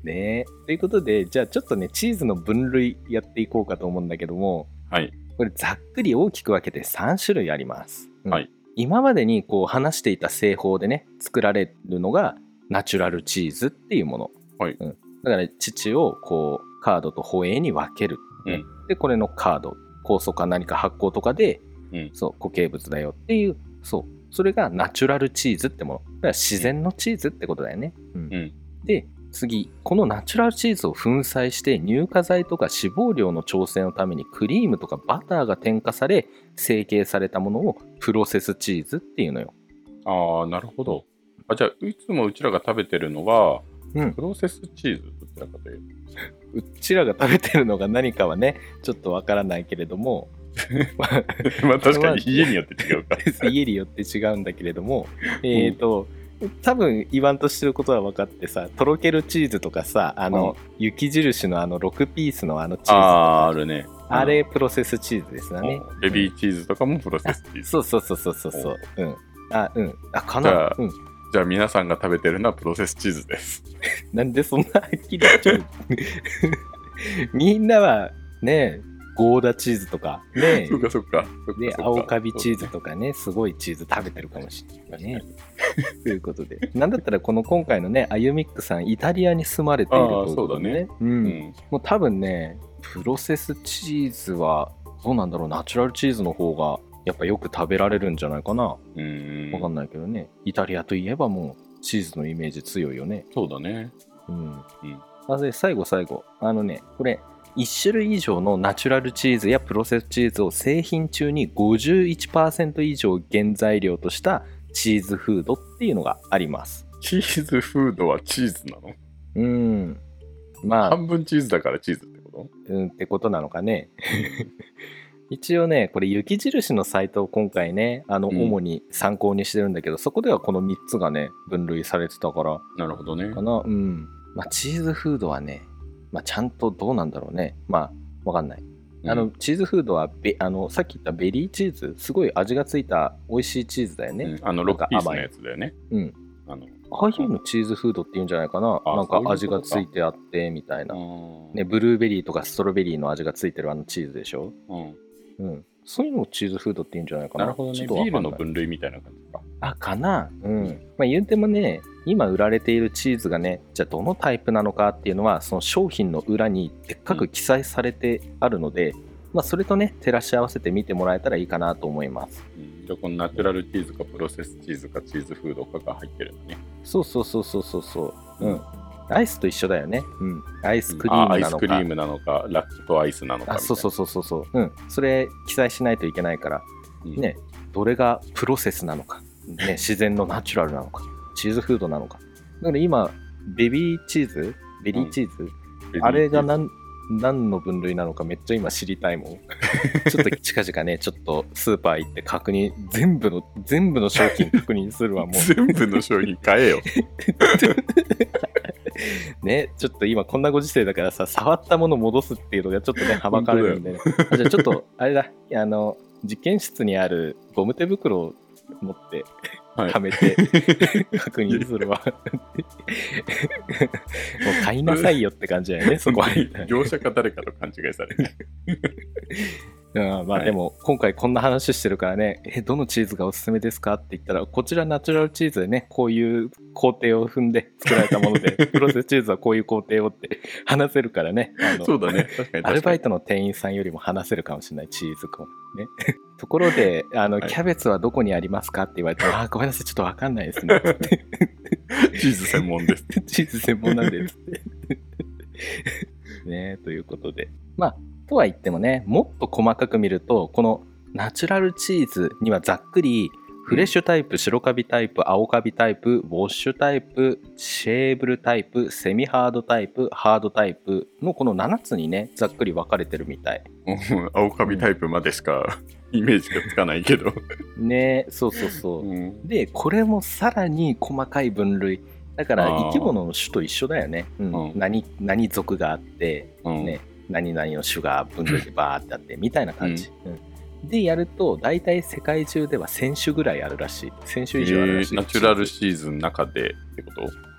Speaker 1: ねということで、じゃあちょっとね、チーズの分類やっていこうかと思うんだけども、
Speaker 2: はい。
Speaker 1: これざっくり大きく分けて3種類あります。うん
Speaker 2: はい
Speaker 1: 今までにこう話していた製法でね、作られるのがナチュラルチーズっていうもの。
Speaker 2: はい
Speaker 1: うん、だから、乳をこう、カードとホエーに分ける。ねで、これのカード、酵素か何か発酵とかで
Speaker 2: うん。
Speaker 1: そう固形物だよっていうそうそれがナチュラルチーズってものだから自然のチーズってことだよね、うん
Speaker 2: うん
Speaker 1: で次このナチュラルチーズを粉砕して乳化剤とか脂肪量の調整のためにクリームとかバターが添加され成形されたものをプロセスチーズっていうのよ
Speaker 2: ああ、なるほど。あじゃあ、いつもうちらが食べてるのは、
Speaker 1: うん
Speaker 2: プロセスチーズどちらかという
Speaker 1: うちらが食べてるのが何かはねちょっとわからないけれど も
Speaker 2: と。まあ確かに家によって違う か。
Speaker 1: 家によって違うんだけれどもえっ、と、多分言わんとしてることは分かってさとろけるチーズとかさあの、雪印のあの6ピースのあのチーズと
Speaker 2: あ
Speaker 1: か
Speaker 2: あ、あるね。
Speaker 1: あれプロセスチーズです
Speaker 2: う
Speaker 1: よ
Speaker 2: ん、
Speaker 1: ね
Speaker 2: ベビーチーズとかもプロセスチーズ。
Speaker 1: そうそうそうそうそうそううんあうんあか
Speaker 2: じゃ
Speaker 1: な
Speaker 2: あ
Speaker 1: うん
Speaker 2: じゃあ皆さんが食べてるのはプロセスチーズです。
Speaker 1: なんでそんなはっきり言っちゃう みんなはねゴーダチーズとか ね
Speaker 2: そっかそっか。そっか
Speaker 1: で
Speaker 2: そっ
Speaker 1: 青カビチーズとかねすごいチーズ食べてるかもしれない ねということで、なんだったらこの今回のね、アユミックさん、イタリアに住まれているということでね、うん
Speaker 2: うんうん
Speaker 1: もう多分ね、プロセスチーズは、どうなんだろう、ナチュラルチーズの方が、やっぱよく食べられるんじゃないかな、わ
Speaker 2: う
Speaker 1: かん
Speaker 2: ん。
Speaker 1: ないけどね、イタリアといえばもう、チーズのイメージ強いよね。
Speaker 2: そうだね。
Speaker 1: うん
Speaker 2: うん
Speaker 1: あで最後、最後、あのね、これ、1種類以上のナチュラルチーズやプロセスチーズを製品中に51%以上原材料としたチーズフードっていうのがあります。
Speaker 2: チーズフードはチーズなの
Speaker 1: うん。まあ、
Speaker 2: 半分チーズだからチーズってこ
Speaker 1: うんってことなのかね。 一応ね、これ雪印のサイトを今回ね、あの、
Speaker 2: うん
Speaker 1: 主に参考にしてるんだけど、そこではこの3つがね、分類されてたから、
Speaker 2: となるほどね
Speaker 1: か。な。うん。まあ、チーズフードはね、まあ、ちゃんとどうなんだろうね。まあ、わかんない。あ
Speaker 2: う
Speaker 1: の
Speaker 2: ん、
Speaker 1: チーズフードはべあの、さっき言ったベリーチーズ、すごい味がついた美味しいチーズだよね。
Speaker 2: うんあの、ロッピースのやつだよね。
Speaker 1: うん。
Speaker 2: あの、
Speaker 1: ああいうのチーズフードっていうんじゃないかな
Speaker 2: あ
Speaker 1: なん
Speaker 2: そう
Speaker 1: か
Speaker 2: いうこと
Speaker 1: 味が
Speaker 2: か
Speaker 1: ついてあってみたいな、ね、
Speaker 2: ね、
Speaker 1: ブルーベリーとかストロベリーの味がついてるあのチーズでしょ、
Speaker 2: うん、
Speaker 1: うん、そういうのをチーズフードっていうんじゃないかな
Speaker 2: なるほど
Speaker 1: ちょ
Speaker 2: ね。
Speaker 1: っ
Speaker 2: ビ
Speaker 1: とわかんな
Speaker 2: ール
Speaker 1: い
Speaker 2: の分類みたいな感じか。
Speaker 1: あかなうん、まあ、言うてもね今売られているチーズがねじゃあどのタイプなのかっていうのはその商品の裏にでっかく記載されてあるので、まあ、それとね照らし合わせて見てもらえたらいいかなと思います
Speaker 2: うんじゃあ、このナチュラルチーズかプロセスチーズかチーズフードかが入ってるのね。
Speaker 1: そうそうそうそうそうそううんアイスと一緒だよねうんアイスクリー
Speaker 2: あ
Speaker 1: ム
Speaker 2: アイ
Speaker 1: な
Speaker 2: ス
Speaker 1: の
Speaker 2: クリ
Speaker 1: か
Speaker 2: ームなのか、ラッキとアイスなのかみたいな。
Speaker 1: あそうそうそうそうそううんそれ記載しないといけないから
Speaker 2: うん。
Speaker 1: ねどれがプロセスなのか、 ね、自然のナチュラルなのかチーズフードなのかだから今ベビーチーズベリーチーズ、あれが何何の分類なのかめっちゃ今知りたいもん ちょっと近々ねちょっとスーパー行って確認全部の全部の商品確認するわも
Speaker 2: 全部の商品買えよ。
Speaker 1: うねちょっと今こんなご時世だからさ触ったもの戻すっていうのがちょっと ねはばかれるんで、ね、あじゃあちょっとあれだあの実験室にあるゴム手袋を持って
Speaker 2: はい
Speaker 1: はめて確認するわ もう買いなさいよって感じだ よねそこは
Speaker 2: 業者か誰かと勘違いされる。
Speaker 1: うん、まあ
Speaker 2: はい
Speaker 1: でも今回こんな話してるからね、えどのチーズがおすすめですかって言ったらこちらナチュラルチーズでねこういう工程を踏んで作られたもの でプロセスチーズはこういう工程をって 話せるからねあの
Speaker 2: そうだね。確かに確かに。
Speaker 1: アルバイトの店員さんよりも話せるかもしれないチーズコねところであの、
Speaker 2: はい
Speaker 1: キャベツはどこにありますかって言われ てあーごめんなさいちょっとわかんないですね
Speaker 2: チーズ専門です。
Speaker 1: チーズ専門なんですって。 ねえということで。まあ、とは言ってもね、もっと細かく見ると、このナチュラルチーズにはざっくり、フレッシュタイプ、白カビタイプ、青カビタイプ、ウォッシュタイプ、シェーブルタイプ、セミハードタイプ、ハードタイプのこの7つにね、ざっくり分かれてるみたい。
Speaker 2: うん 青カビタイプまでしかイメージがつかないけど。
Speaker 1: ねえそうそうそう。
Speaker 2: うん
Speaker 1: で、これもさらに細かい分類。だから
Speaker 2: あー
Speaker 1: 生き物の種と一緒だよね。うん
Speaker 2: うん
Speaker 1: 何何属があって、
Speaker 2: うん
Speaker 1: ね何々の種が分類でバーってあってみたいな感じ、うんでやると大体世界中では1000種ぐらいあるらしい1000種以上あるらしい、
Speaker 2: えーナチュラルシーズンの中でってこ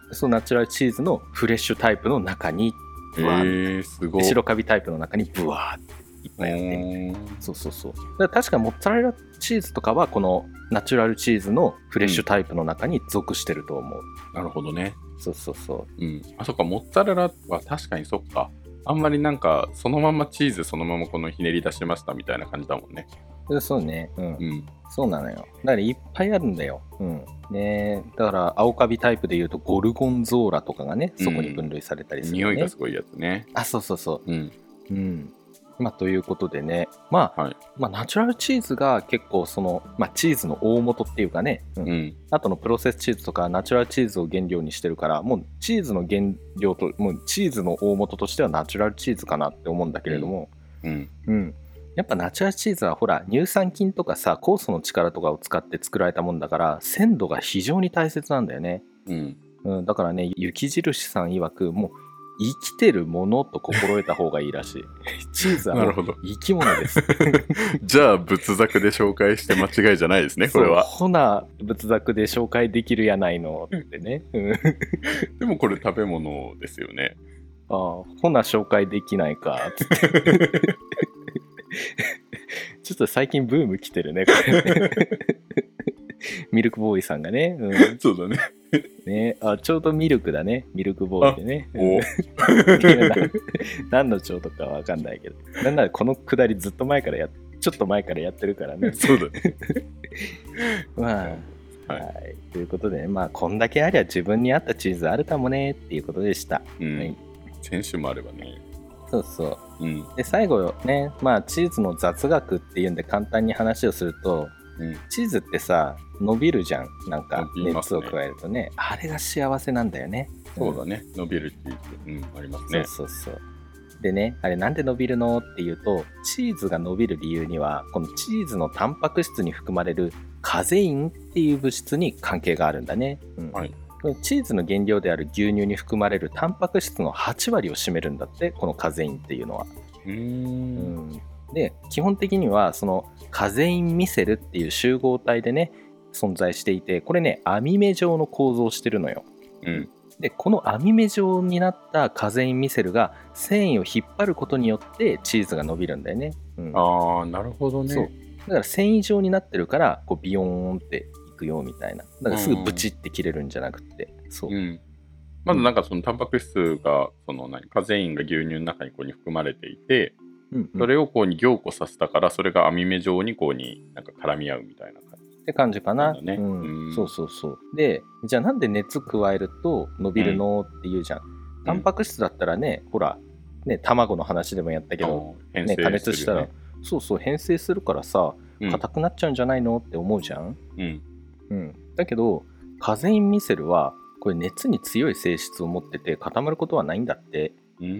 Speaker 2: と
Speaker 1: そのナチュラルチーズのフレッシュタイプの中に
Speaker 2: え
Speaker 1: ブワーッ
Speaker 2: ー、すご
Speaker 1: で
Speaker 2: い。
Speaker 1: 白カビタイプの中にブワーっていっぱいあってみたいな
Speaker 2: うん
Speaker 1: そうそうそうだから確かモッツァレラチーズとかはこのナチュラルチーズのフレッシュタイプの中に属してると思う、
Speaker 2: なるほどね。
Speaker 1: そうそうそ
Speaker 2: うん。あ、そっか、モッツァレラは確かにそっか。あんまりなんか、そのままチーズそのままこのひねり出しましたみたいな感じだもんね。
Speaker 1: うでそうねうん
Speaker 2: うん。
Speaker 1: そうなのよ。だからいっぱいあるんだよ。うん。ねえだから青カビタイプで言うとゴルゴンゾーラとかがね、そこに分類されたりする、ね
Speaker 2: 匂いがすごいやつね。
Speaker 1: あ、そうそうそ
Speaker 2: うん。
Speaker 1: う。うん。まあ、ということでね、まあ、
Speaker 2: はい
Speaker 1: まあ、ナチュラルチーズが結構その、まあ、チーズの大元っていうかね、うん
Speaker 2: うん。
Speaker 1: あとのプロセスチーズとかナチュラルチーズを原料にしてるから、もうチーズの原料と、もうチーズの大元としてはナチュラルチーズかなって思うんだけれども、
Speaker 2: うん。
Speaker 1: うん、やっぱナチュラルチーズはほら乳酸菌とかさ酵素の力とかを使って作られたもんだから鮮度が非常に大切なんだよね、
Speaker 2: うん。
Speaker 1: うん、だからね雪印さん曰くもう生きてるものと心得た方がいいらしい チーズは
Speaker 2: な
Speaker 1: も
Speaker 2: る
Speaker 1: う
Speaker 2: ほど。
Speaker 1: 生き物です
Speaker 2: じゃあ、仏作で紹介して間違いじゃない ですね、これは
Speaker 1: そう。ほな仏作で紹介できるやないのってね、うん、あ
Speaker 2: でもこれ食べ物ですよね。
Speaker 1: あほな紹介できないかつって ちょっと最近ブーム来てるねこれ ミルクボーイさんがね、うん、
Speaker 2: そうだね。
Speaker 1: ねあちょうどミルクだねミルクボーイでね
Speaker 2: お
Speaker 1: 何のちょうどかわかんないけどなんならこのくだりずっと前からやっちょっと前からやってるからね
Speaker 2: そうだね。
Speaker 1: まあ
Speaker 2: は
Speaker 1: はいい、ということでねまあこんだけありゃ自分に合ったチーズあるかもねっていうことでした、
Speaker 2: う
Speaker 1: はい
Speaker 2: ん。選手もあればね。
Speaker 1: そうそう
Speaker 2: うん。
Speaker 1: で最後ねまあチーズの雑学っていうんで簡単に話をすると
Speaker 2: うん。
Speaker 1: チーズってさ伸びるじゃんなんか
Speaker 2: 伸びます
Speaker 1: 熱
Speaker 2: ね
Speaker 1: を加えるとねあれが幸せなんだよね
Speaker 2: そうだね。伸びるチーズ。うん。ありますね。
Speaker 1: そうそうそう。でね、あれなんで伸びるのっていうと、チーズが伸びる理由には、このチーズのタンパク質に含まれるカゼインっていう物質に関係があるんだね。うん
Speaker 2: はい
Speaker 1: このチーズの原料である牛乳に含まれるタンパク質の8割を占めるんだって、このカゼインっていうのは。
Speaker 2: うーん。
Speaker 1: で基本的にはそのカゼインミセルっていう集合体でね存在していてこれね網目状の構造をしてるのよ
Speaker 2: うん。
Speaker 1: でこの網目状になったカゼインミセルが繊維を引っ張ることによってチーズが伸びるんだよね、うん、だか
Speaker 2: ああ、なるほどね。
Speaker 1: そうら繊維状になってるからこうビヨーンっていくよみたいなだからすぐブチって切れるんじゃなくって、そう、
Speaker 2: うん。まずなんかそのタンパク質が、その何、カゼインが牛乳の中にこうに含まれていて、
Speaker 1: うんうん
Speaker 2: それをこうに凝固させたから、それが網目状にこうになんか絡み合うみたいな感じ。
Speaker 1: って感じかな。
Speaker 2: そうだね
Speaker 1: うん
Speaker 2: うん
Speaker 1: そうそうそう。で、じゃあなんで熱加えると伸びるの、って言うじゃん。タンパク質だったらね、ほら、ね、卵の話でもやったけど、
Speaker 2: あー変
Speaker 1: ね、加熱
Speaker 2: 成
Speaker 1: し
Speaker 2: す
Speaker 1: た
Speaker 2: る
Speaker 1: ら、
Speaker 2: よね
Speaker 1: そうそう、変性するからさ、
Speaker 2: うん
Speaker 1: 硬くなっちゃうんじゃないのって思うじゃん。
Speaker 2: うん。
Speaker 1: うん。だけど、カゼインミセルは、これ熱に強い性質を持ってて固まることはないんだって、
Speaker 2: うー
Speaker 1: うん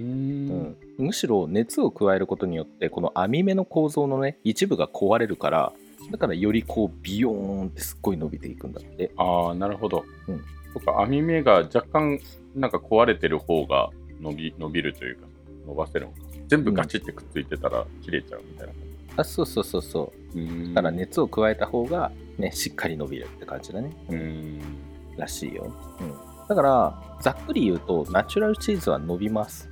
Speaker 2: ん。
Speaker 1: むしろ熱を加えることによってこの網目の構造のね一部が壊れるからだからよりこうビヨーンってすっごい伸びていくんだって
Speaker 2: ああ、なるほど。
Speaker 1: うん
Speaker 2: とか、網目が若干、なんか壊れてる方が伸び伸びるというか、伸ばせるのか。全部ガチってくっついてたら切れちゃうみたいな感
Speaker 1: あそうそうそうそ
Speaker 2: じ。うーん
Speaker 1: うだから。熱を加えた方がねしっかり伸びるって感じだね
Speaker 2: うーん。
Speaker 1: らしいよ、うん、だからざっくり言うとナチュラルチーズは伸びます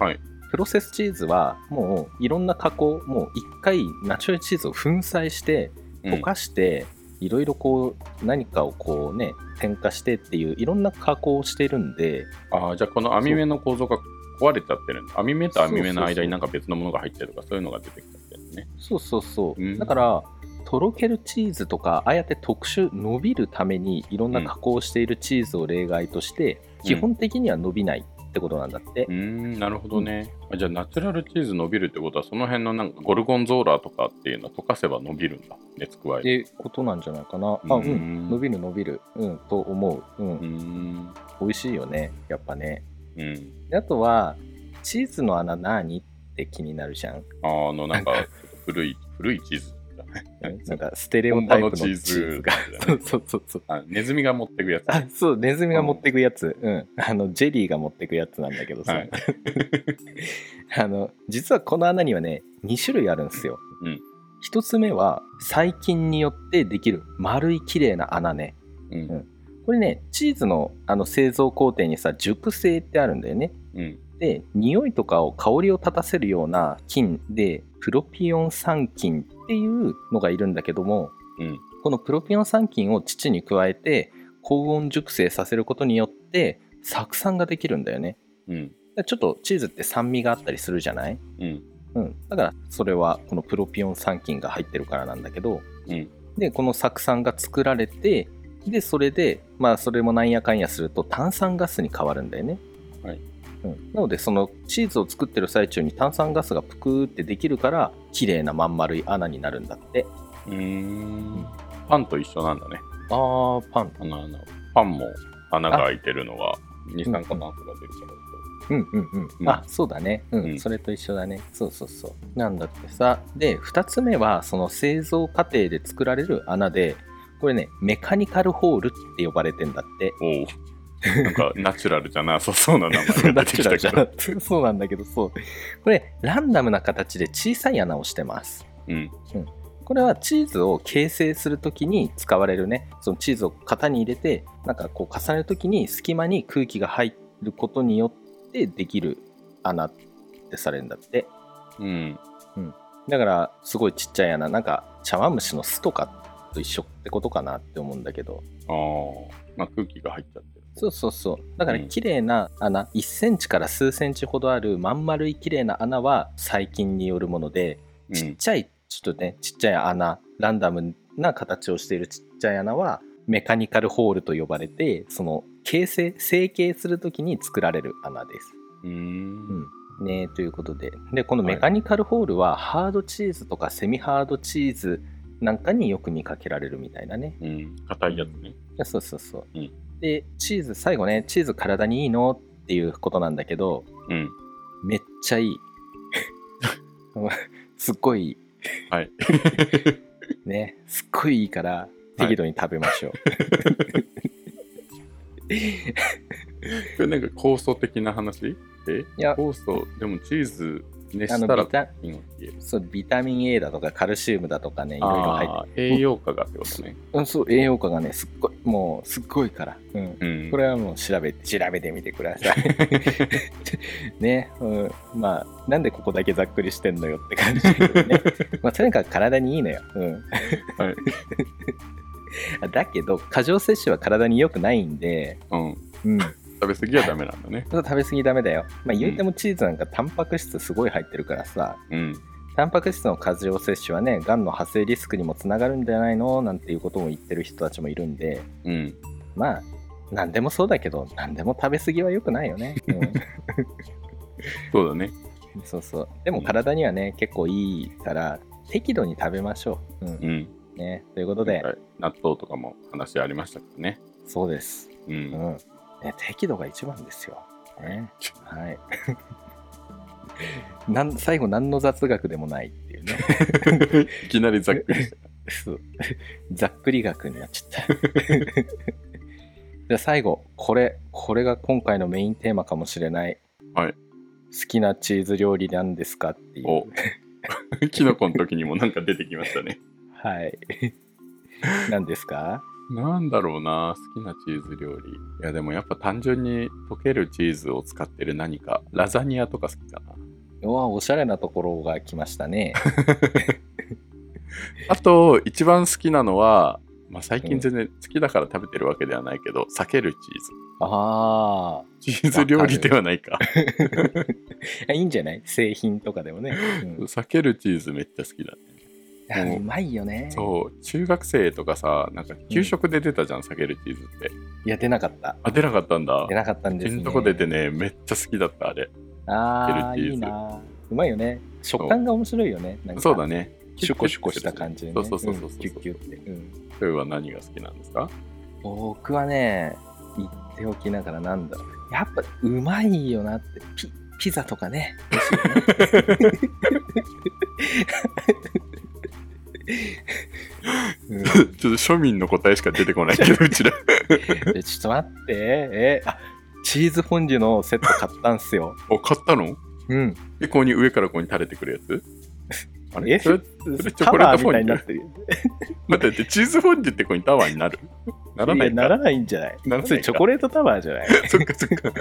Speaker 2: はい
Speaker 1: プロセスチーズはもういろんな加工もう一回ナチュラルチーズを粉砕して
Speaker 2: うん
Speaker 1: 溶かして、いろいろこう何かをこうね添加してっていういろんな加工をしてるんで
Speaker 2: ああ、じゃあこの網目の構造が壊れちゃってるんだ。網目と網目の間になんか別のものが入ってるとか、そういうのが出てきちゃってるね。
Speaker 1: そうそうそう、
Speaker 2: うん
Speaker 1: だからとろけるチーズとかああやって特殊伸びるためにいろんな加工をしているチーズを例外として、
Speaker 2: ん
Speaker 1: 基本的には伸びないってことなんだって、
Speaker 2: うーん、なるほどね。あじゃあ、ナチュラルチーズ伸びるってことは、その辺のなんかゴルゴンゾーラとかっていうのは溶かせば伸びるんだ。熱
Speaker 1: っ
Speaker 2: 加え
Speaker 1: て
Speaker 2: て。
Speaker 1: いうことなんじゃないかなあう
Speaker 2: うんん
Speaker 1: 伸びる伸びるうんと思ううん、
Speaker 2: うーん。
Speaker 1: 美味しいよねやっぱね
Speaker 2: うん。
Speaker 1: であとはチーズの穴何って気になるじゃん
Speaker 2: あの、なんか、古い、古いチーズだね。
Speaker 1: なんかステレオ
Speaker 2: 本
Speaker 1: タ
Speaker 2: 場
Speaker 1: イプの
Speaker 2: の
Speaker 1: チ
Speaker 2: チ
Speaker 1: ー
Speaker 2: ー
Speaker 1: ズ
Speaker 2: ズ
Speaker 1: がそうそうそうそう
Speaker 2: あネズミが持ってくやつ。
Speaker 1: あそうネズミが持ってくやつ、うんあのジェリーが持ってくやつなんだけどさ、
Speaker 2: はい
Speaker 1: あの実はこの穴にはね2種類あるんですよ、
Speaker 2: うん
Speaker 1: 1つ目は細菌によってできる丸い綺麗な穴ね
Speaker 2: うん。
Speaker 1: これねチーズのあの製造工程にさ熟成ってあるんだよね
Speaker 2: うん。
Speaker 1: で匂いとかを香りを立たせるような菌でプロピオン酸菌っていうのがいるんだけども
Speaker 2: うん。
Speaker 1: このプロピオン酸菌を乳に加えて高温熟成させることによって酢酸ができるんだよね
Speaker 2: う
Speaker 1: だ
Speaker 2: ん。
Speaker 1: からちょっとチーズって酸味があったりするじゃない、
Speaker 2: うん。
Speaker 1: うん、だからそれはこのプロピオン酸菌が入ってるからなんだけど
Speaker 2: うん。
Speaker 1: でこの酢酸が作られてでそれでまあそれもなんやかんやすると炭酸ガスに変わるんだよね、
Speaker 2: はい
Speaker 1: うん、なのでそのチーズを作ってる最中に炭酸ガスがプクーってできるから綺麗なまん丸い穴になるんだって
Speaker 2: うーん。パンと一緒なんだね。
Speaker 1: あーパン
Speaker 2: あの、あのパンも穴が開いてるのは、二酸化炭素が出るから
Speaker 1: うんうんうん、
Speaker 2: うん
Speaker 1: あそうだね、うん
Speaker 2: うん
Speaker 1: それと一緒だねそうそうそうなんだってさで2つ目はその製造過程で作られる穴でこれねメカニカルホールって呼ばれてんだ って
Speaker 2: おう。なんか、ナチュラルじゃなさそうな名前が出てきたけど。
Speaker 1: そう そうなんだけどそうこれランダムな形で小さい穴をしてます
Speaker 2: うん。
Speaker 1: これはチーズを形成するときに使われるねそのチーズを型に入れてなんかこう重ねるときに隙間に空気が入ることによってできる穴ってされるんだって
Speaker 2: うん。
Speaker 1: だからすごいちっちゃい穴なんか茶碗蒸しの巣とかと一緒ってことかなって思うんだけど
Speaker 2: ああ。まあ、空気が入っちゃってる。
Speaker 1: そうそうそうだから
Speaker 2: うん
Speaker 1: 綺麗な穴、1センチから数センチほどあるまん丸い綺麗な穴は細菌によるもので
Speaker 2: う
Speaker 1: ちっ
Speaker 2: ん。
Speaker 1: ちゃい、ちょっとねちっちゃい穴ランダムな形をしているちっちゃい穴はメカニカルホールと呼ばれてその形成成形するときに作られる穴です
Speaker 2: うーん。
Speaker 1: うん、ねということででこのメカニカルホールはハードチーズとかセミハードチーズなんかによく見かけられるみたいなね
Speaker 2: うん。硬いやつね。
Speaker 1: そうそうそう、
Speaker 2: うん
Speaker 1: でチーズ最後ねチーズ体にいいのっていうことなんだけど
Speaker 2: うん。
Speaker 1: めっちゃいい すっごいいい
Speaker 2: はい。
Speaker 1: ねすっごいいいから適度に食べましょう、
Speaker 2: それなんか酵素的な話え
Speaker 1: いや
Speaker 2: 酵素でもチーズ熱
Speaker 1: あ
Speaker 2: し
Speaker 1: の
Speaker 2: たら
Speaker 1: ビタ
Speaker 2: ピンを消える。
Speaker 1: そうビタミン A だとかカルシウムだとかねいろいろ入って
Speaker 2: ああ、栄養価がってことね。
Speaker 1: うんそう栄養価がねすっごいもうすっごいから、うん、
Speaker 2: うん
Speaker 1: これはもう調べて調べてみてくださいね、うん、まあなんでここだけざっくりしてんのよって感じだけどねまあとにかく体にいいのよ、 うん
Speaker 2: はい
Speaker 1: だけど過剰摂取は体に良くないんで、
Speaker 2: うん。
Speaker 1: うん、
Speaker 2: 食べ過ぎはダメなんだね。
Speaker 1: ただ食べ過ぎダメだよ。まあ、言うてもチーズなんかタンパク質すごい入ってるからさ、
Speaker 2: うん。
Speaker 1: タンパク質の過剰摂取はね、がんの発生リスクにもつながるんじゃないのなんていうことも言ってる人たちもいるんで、
Speaker 2: うん。
Speaker 1: まあ、何でもそうだけど、何でも食べ過ぎは良くないよね。
Speaker 2: そうだね。
Speaker 1: うん、そうそう。でも体にはね、結構いいから、適度に食べましょう。うん
Speaker 2: うん。
Speaker 1: ね、ということで、
Speaker 2: はい納豆とかも話ありましたからね。
Speaker 1: そうです。
Speaker 2: う
Speaker 1: うん
Speaker 2: ん。
Speaker 1: ね、適度が一番ですよ。ね、はい。 なん最後、何の雑学でもないっていうね。
Speaker 2: いきなりざっくりした。
Speaker 1: そう ざっくり額になっちゃった。 じゃあ最後、これ、これが今回のメインテーマかもしれない。
Speaker 2: はい
Speaker 1: 好きなチーズ料理なんですかっていう。
Speaker 2: お キノコの時にもなんか出てきましたね。
Speaker 1: はい。 何ですか
Speaker 2: なんだろうな、好きなチーズ料理。いや、でもやっぱ単純に溶けるチーズを使ってる何か、ラザニアとか好きかな。
Speaker 1: うわおしゃれなところが来ました ね。
Speaker 2: あと、一番好きなのは、まあ、最近全然好きだから食べてるわけではないけど、避けるチ
Speaker 1: あ
Speaker 2: ーズ。チーズ料理ではないか。
Speaker 1: あ。いいんじゃない製品とかでもね。うん
Speaker 2: 避けるチーズめっちゃ好きだね。
Speaker 1: あうまいよね。
Speaker 2: そう、中学生とかさ、なんか給食で出たじゃん、避けるチーズって。
Speaker 1: いや、出なかった。
Speaker 2: あ、出なかったんだ
Speaker 1: 出。なかったん
Speaker 2: う
Speaker 1: です
Speaker 2: ち
Speaker 1: ね。
Speaker 2: のとこ出てね、めっちゃ好きだった、あれ。
Speaker 1: ああ、
Speaker 2: 出る
Speaker 1: いい
Speaker 2: チーズ
Speaker 1: な。うまいよね。食感が面白いよね。なんか
Speaker 2: そうだね。
Speaker 1: シュコシュコした感じで、ね、
Speaker 2: そうそうそうそうそうん
Speaker 1: キュッキュッって、うん
Speaker 2: 今日は何が好きなんですか
Speaker 1: 僕はね言っておきながらなんだろうやっぱうまいよなってピピザとかね美味しいよね
Speaker 2: ちょっと庶民の答えしか出てこな いけど、うちら。
Speaker 1: うんでちょっと待ってえあチーズフォンデュのセット買ったんすよ
Speaker 2: お、買ったの
Speaker 1: うん
Speaker 2: で、ここに上からここに垂れてくるやつあれ
Speaker 1: え
Speaker 2: それれチョコレートフ
Speaker 1: タワー
Speaker 2: ォンデュ
Speaker 1: みたいになってる
Speaker 2: 待って待って、チーズフォンデュってここにタワーになるならないい
Speaker 1: やならないんじゃない
Speaker 2: ならないか
Speaker 1: それチョコレートタワーじゃない
Speaker 2: そっかそっか。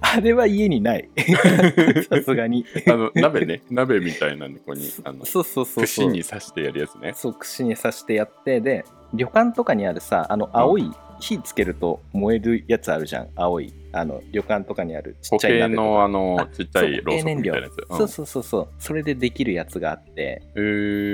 Speaker 1: あれは家にない さすがに
Speaker 2: あの、鍋ね。鍋みたいなんで、ここに、あの、
Speaker 1: そうそうそうそ
Speaker 2: 串
Speaker 1: う
Speaker 2: に刺してやるやつね。
Speaker 1: そう串に刺してやってで旅館とかにあるさあの青い火つけると燃えるやつあるじゃん青いあの旅館とかにあるちっ
Speaker 2: 固
Speaker 1: ちゃい
Speaker 2: 形
Speaker 1: 鍋とか
Speaker 2: の、あの
Speaker 1: あ、
Speaker 2: ちっちゃいろうそくみたいなやつ。
Speaker 1: そうそうそうそうそれでできるやつがあって
Speaker 2: うん。へ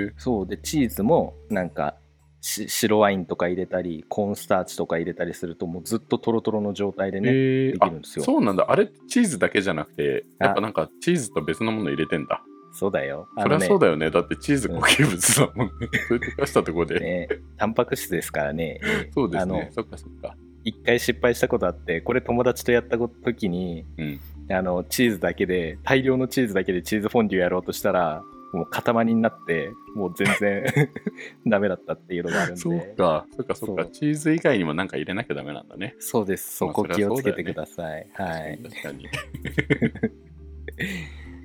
Speaker 2: ー
Speaker 1: そうでチーズもなんかし白ワインとか入れたりコーンスターチとか入れたりするともうずっとトロトロの状態でね、
Speaker 2: へー
Speaker 1: できるんですよ
Speaker 2: あそうなんだあれチーズだけじゃなくてやっ
Speaker 1: あ
Speaker 2: ぱなんかチーズと別のもの入れてんだ
Speaker 1: そうだよあ
Speaker 2: そり
Speaker 1: の
Speaker 2: ゃ
Speaker 1: ね
Speaker 2: そうだよねだってチーズ固形物だもんね そういうとかしたとこで、
Speaker 1: ねタンパク質ですから ね
Speaker 2: そうです
Speaker 1: あ
Speaker 2: ね
Speaker 1: の
Speaker 2: そっかそっか
Speaker 1: 一回失敗したことあってこれ友達とやった時に、
Speaker 2: うん
Speaker 1: あのチーズだけで大量のチーズだけでチーズフォンデュやろうとしたらもう塊になってもう全然 ダメだったっていうのがあるんで
Speaker 2: そうかそっかそっか
Speaker 1: そう
Speaker 2: チーズ以外にもなんか入れなきゃダメなんだね
Speaker 1: そうですそ
Speaker 2: まあ
Speaker 1: こ
Speaker 2: そりゃ
Speaker 1: 気をつけて
Speaker 2: そうだよね
Speaker 1: ください、はい
Speaker 2: 確かに確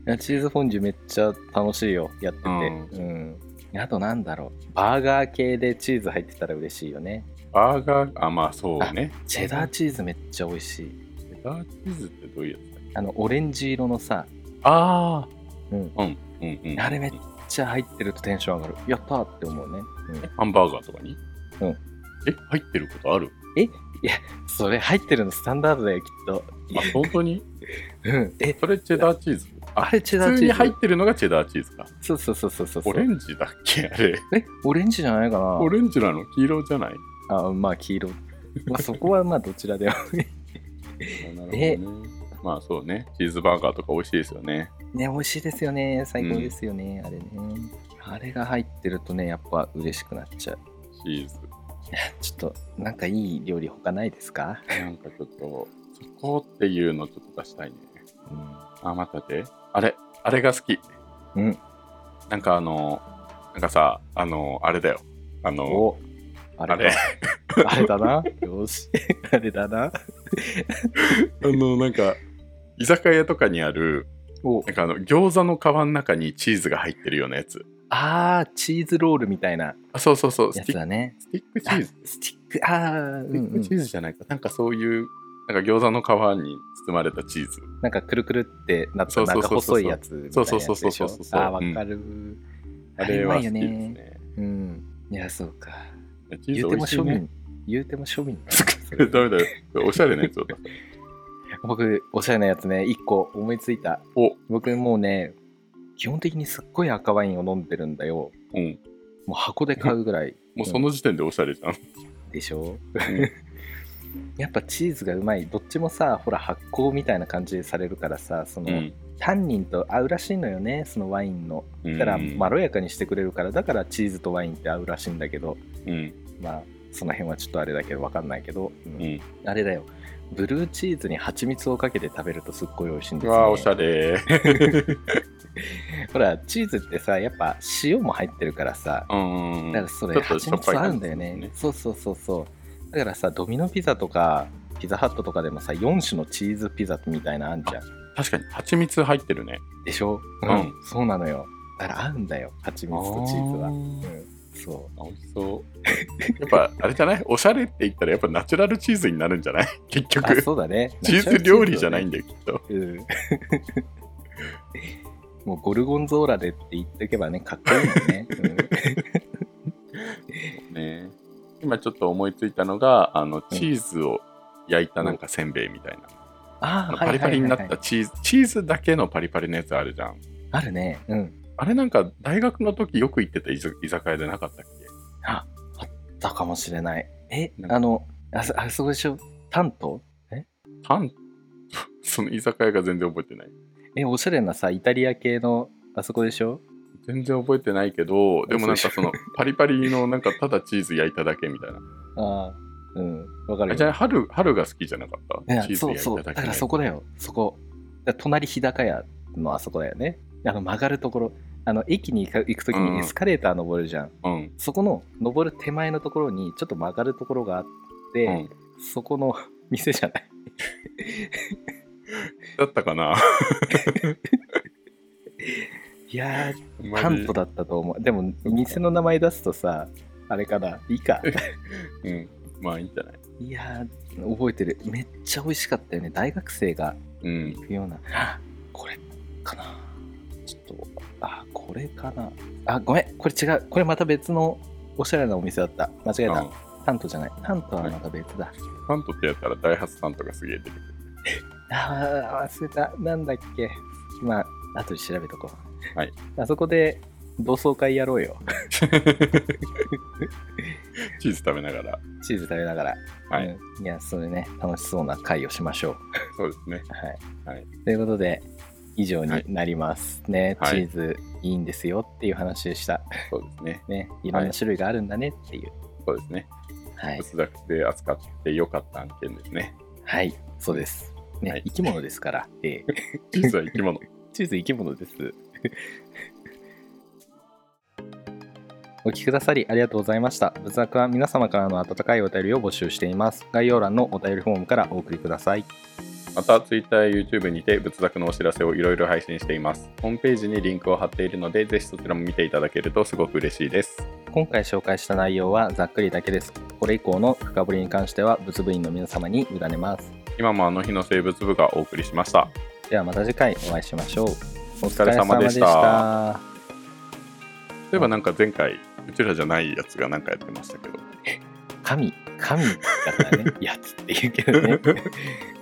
Speaker 1: いやチーズフォンデュめっちゃ楽しいよやってて
Speaker 2: うん
Speaker 1: うん、あとなんだろうバーガー系でチーズ入ってたら嬉しいよね
Speaker 2: かにバーガーあまあそうね
Speaker 1: チェダーチーズめっちゃ美味しい
Speaker 2: チェダーチーズってどういうやつだっけ
Speaker 1: あのオレンジ色のさ、
Speaker 2: ああ
Speaker 1: うん、
Speaker 2: うんうんうん
Speaker 1: あれめっちゃ入ってるとテンション上がるやったーって思うね、うん
Speaker 2: ハンバーガーとかに
Speaker 1: うん
Speaker 2: え入ってることある
Speaker 1: それ入ってるのスタンダードだよきっと。
Speaker 2: あ本当に
Speaker 1: うん、え
Speaker 2: それチェダーチーズ
Speaker 1: あれチェダ
Speaker 2: 普
Speaker 1: ー
Speaker 2: 通
Speaker 1: チ
Speaker 2: に入
Speaker 1: ー
Speaker 2: っ
Speaker 1: ズ
Speaker 2: てるのがチェダーチーズか
Speaker 1: そうそうそうそうそう
Speaker 2: オレンジだっけあれ
Speaker 1: えオレンジじゃないかな
Speaker 2: オレンジなの黄色じゃない
Speaker 1: あまあ黄色、まあ、そこはまあどちらでもえ
Speaker 2: まあそうねチーズバーガーとか美味しいですよね
Speaker 1: ね美味しいですよね最高ですよね、あれねあれが入ってるとねやっぱ嬉しくなっちゃう
Speaker 2: チーズ
Speaker 1: ちょっとなんかいい料理他ないですか、
Speaker 2: なんかちょっとそこっていうのちょっと出したいねあ待って待ってあれあれが好き
Speaker 1: うん、うん、
Speaker 2: なんかあのなんかさあのあれだよあの
Speaker 1: おあ
Speaker 2: あ
Speaker 1: れ
Speaker 2: れ
Speaker 1: だあれだな よしあれだな
Speaker 2: あのなんか居酒屋とかにある
Speaker 1: お
Speaker 2: なんかあの、餃子の皮の中にチーズが入ってるようなやつ。
Speaker 1: あー、チーズロールみたいな
Speaker 2: あ、そうそうそう、
Speaker 1: や
Speaker 2: ス
Speaker 1: つ
Speaker 2: ティック
Speaker 1: だね。
Speaker 2: スティックチーズ。
Speaker 1: スティック、あー、
Speaker 2: ス
Speaker 1: う
Speaker 2: ティ
Speaker 1: ん
Speaker 2: ッ
Speaker 1: う
Speaker 2: ク
Speaker 1: ん
Speaker 2: チーズじゃないか。なんかそういう、なんか餃子の皮に包まれたチーズ。
Speaker 1: なんかくるくるってなった
Speaker 2: そう
Speaker 1: な
Speaker 2: そ
Speaker 1: ん
Speaker 2: う
Speaker 1: か
Speaker 2: そうそう
Speaker 1: 細いやつみたいなやつでしょ。
Speaker 2: そうそうそうそうそうそう
Speaker 1: あー、わかる。
Speaker 2: あれは好きです
Speaker 1: うまいよね
Speaker 2: ね。
Speaker 1: うん。いや、そうか。
Speaker 2: いやチー
Speaker 1: 言
Speaker 2: ズ
Speaker 1: う
Speaker 2: 美
Speaker 1: ても
Speaker 2: 味し
Speaker 1: 庶
Speaker 2: い
Speaker 1: 民、
Speaker 2: ね。
Speaker 1: 言うても庶民だなそれ
Speaker 2: ダメだよ。おしゃれなやつを出す。
Speaker 1: 僕、おしゃれなやつね、一個思いついた。
Speaker 2: お、
Speaker 1: 僕もうね、基本的にすっごい赤ワインを飲んでるんだよ。
Speaker 2: うん。
Speaker 1: もう箱で買うぐらい
Speaker 2: もうその時点でおしゃれじゃ ん。
Speaker 1: でしょ、やっぱチーズがうまい。どっちもさ、ほら発酵みたいな感じでされるからさ、その、
Speaker 2: うん。
Speaker 1: タンニンと合うらしいのよね、そのワインの。
Speaker 2: うん
Speaker 1: だからまろやかにしてくれるから、だからチーズとワインって合うらしいんだけど、
Speaker 2: うん。
Speaker 1: まあ、その辺はちょっとあれだけど、わかんないけど、うん
Speaker 2: うん。
Speaker 1: あれだよ。ブルーチーズに蜂蜜をかけて食べるとすっごい美味しいんで
Speaker 2: う
Speaker 1: す
Speaker 2: わあ、おしゃ
Speaker 1: よ、ね。
Speaker 2: れ。
Speaker 1: ほら、チーズってさ、やっぱ塩も入ってるからさ、
Speaker 2: うん。
Speaker 1: だからそ
Speaker 2: ち
Speaker 1: れ、
Speaker 2: ょっと
Speaker 1: 蜂
Speaker 2: しょっぱい
Speaker 1: 蜜合うんだよ
Speaker 2: 感じ
Speaker 1: ね
Speaker 2: で。
Speaker 1: そうそうそうそう。だからさ、ドミノピザとか、ピザハットとかでもさ、4種のチーズピザみたいなのあんじゃん。
Speaker 2: 確かに、蜂蜜入ってるね。
Speaker 1: でしょ
Speaker 2: うん
Speaker 1: そうなのよ。だから合うんだよ、蜂蜜とチーズは。うん、そ
Speaker 2: あー美味しそう。やっぱ、あれじゃないおしゃれって言ったら、やっぱナチュラルチーズになるんじ ゃない結
Speaker 1: う。あ、
Speaker 2: 局。
Speaker 1: そうだね。
Speaker 2: チーズ料理じゃないん
Speaker 1: だ
Speaker 2: だよ、きっと。
Speaker 1: うん もうゴルゴンゾーラでって言っておけばね、かっこいいもん ね。うん
Speaker 2: ね今ちょっと思いついたのが、あの、チーズを焼いたなんかせんべいみたいな。
Speaker 1: あ
Speaker 2: あ
Speaker 1: あ、
Speaker 2: のパリパリに
Speaker 1: は
Speaker 2: なっ
Speaker 1: いはいはい
Speaker 2: たチーズ、チーズだけのパリパリのやつあるじゃん。
Speaker 1: はいあるね。うん。
Speaker 2: あれなんか、大学の時よく行ってた居酒居酒屋でなかったっけ
Speaker 1: あ、あったかもしれない。え
Speaker 2: な、んか
Speaker 1: あの、あそあそこでしょ、タンと
Speaker 2: パン その居酒屋が全然覚えてない。
Speaker 1: え、おしゃれなさ、イタリア系の、あそこでしょ
Speaker 2: 全然覚えてないけど、でもなんか そのパリパリのなんかただチーズ焼いただけみたいな。
Speaker 1: ああ、うん、わか
Speaker 2: あ
Speaker 1: る
Speaker 2: じゃ
Speaker 1: よ。
Speaker 2: あ春春が好きじゃなかっ
Speaker 1: い
Speaker 2: た
Speaker 1: や
Speaker 2: チーズ
Speaker 1: そうそう、
Speaker 2: 焼いた
Speaker 1: だ
Speaker 2: だけ
Speaker 1: か
Speaker 2: の
Speaker 1: ら
Speaker 2: やつ
Speaker 1: そこだよ、そこ。だから隣日高屋のあそこだよね。あの曲がるところ、あの駅に行か行くとき
Speaker 2: うん
Speaker 1: にエスカレーター登るじゃん。
Speaker 2: うん。
Speaker 1: そこの登る手前のところにちょっと曲がるところがあって、
Speaker 2: うん、
Speaker 1: そこの店じゃない。
Speaker 2: だったかな
Speaker 1: いやー、
Speaker 2: マジ
Speaker 1: タントだったと思う。でも、店の名前出すとさ、あれかな、いいか。
Speaker 2: うん。まあいいんじゃない
Speaker 1: いやー、覚えてる。めっちゃ美味しかったよね。大学生が
Speaker 2: うん。
Speaker 1: 行くような。あこれかな。ちょっと、あ、これかな。あ、ごめん、これ違う。これまた別のおしゃれなお店だった。間違え
Speaker 2: う
Speaker 1: た
Speaker 2: ん。
Speaker 1: タントじゃない。タントはまた別だ。
Speaker 2: タントってやったらダイハツタントがすげえ出てく る。
Speaker 1: あー、忘れた。なんだっけ。まあ、後で調べとこう。
Speaker 2: はい。
Speaker 1: あそこで同窓会やろうよ。
Speaker 2: チーズ食べながら。
Speaker 1: チーズ食べながら。
Speaker 2: はい。
Speaker 1: うんいや、それね、楽しそうな会をしましょう。
Speaker 2: そうですね。
Speaker 1: はい。
Speaker 2: はい
Speaker 1: ということで、以上になりますね。
Speaker 2: はい
Speaker 1: チーズいいんですよっていう話でした。
Speaker 2: そうですね。
Speaker 1: ね、いろんな種類があるんだねっていう。
Speaker 2: そうですね。
Speaker 1: はい。
Speaker 2: 仏だけで扱ってよかった案件で すね。
Speaker 1: はい、そうです。ね、
Speaker 2: はい
Speaker 1: 生き物ですから。えー
Speaker 2: チーズは生き物。
Speaker 1: チーズ生き物です。 お聞きくださりありがとうございました。仏作は皆様からの温かいお便りを募集しています。概要欄のお便りフォームからお送りください。
Speaker 2: また Twitter や YouTube にて仏作のお知らせをいろいろ配信しています。ホームページにリンクを貼っているので、ぜひそちらも見ていただけるとすごく嬉しいです。
Speaker 1: 今回紹介した内容はざっくりだけです。これ以降の深掘りに関しては仏部員の皆様に委ねます。
Speaker 2: 今もあの日の生物部がお送りしました。
Speaker 1: ではまた次回お会いしましょう。お
Speaker 2: 疲れ様でした
Speaker 1: 疲れ様
Speaker 2: 例えばなんか前回、うちらじゃないやつがなんかやってましたけど。
Speaker 1: でした神、神だからね、 やつって言うけどね、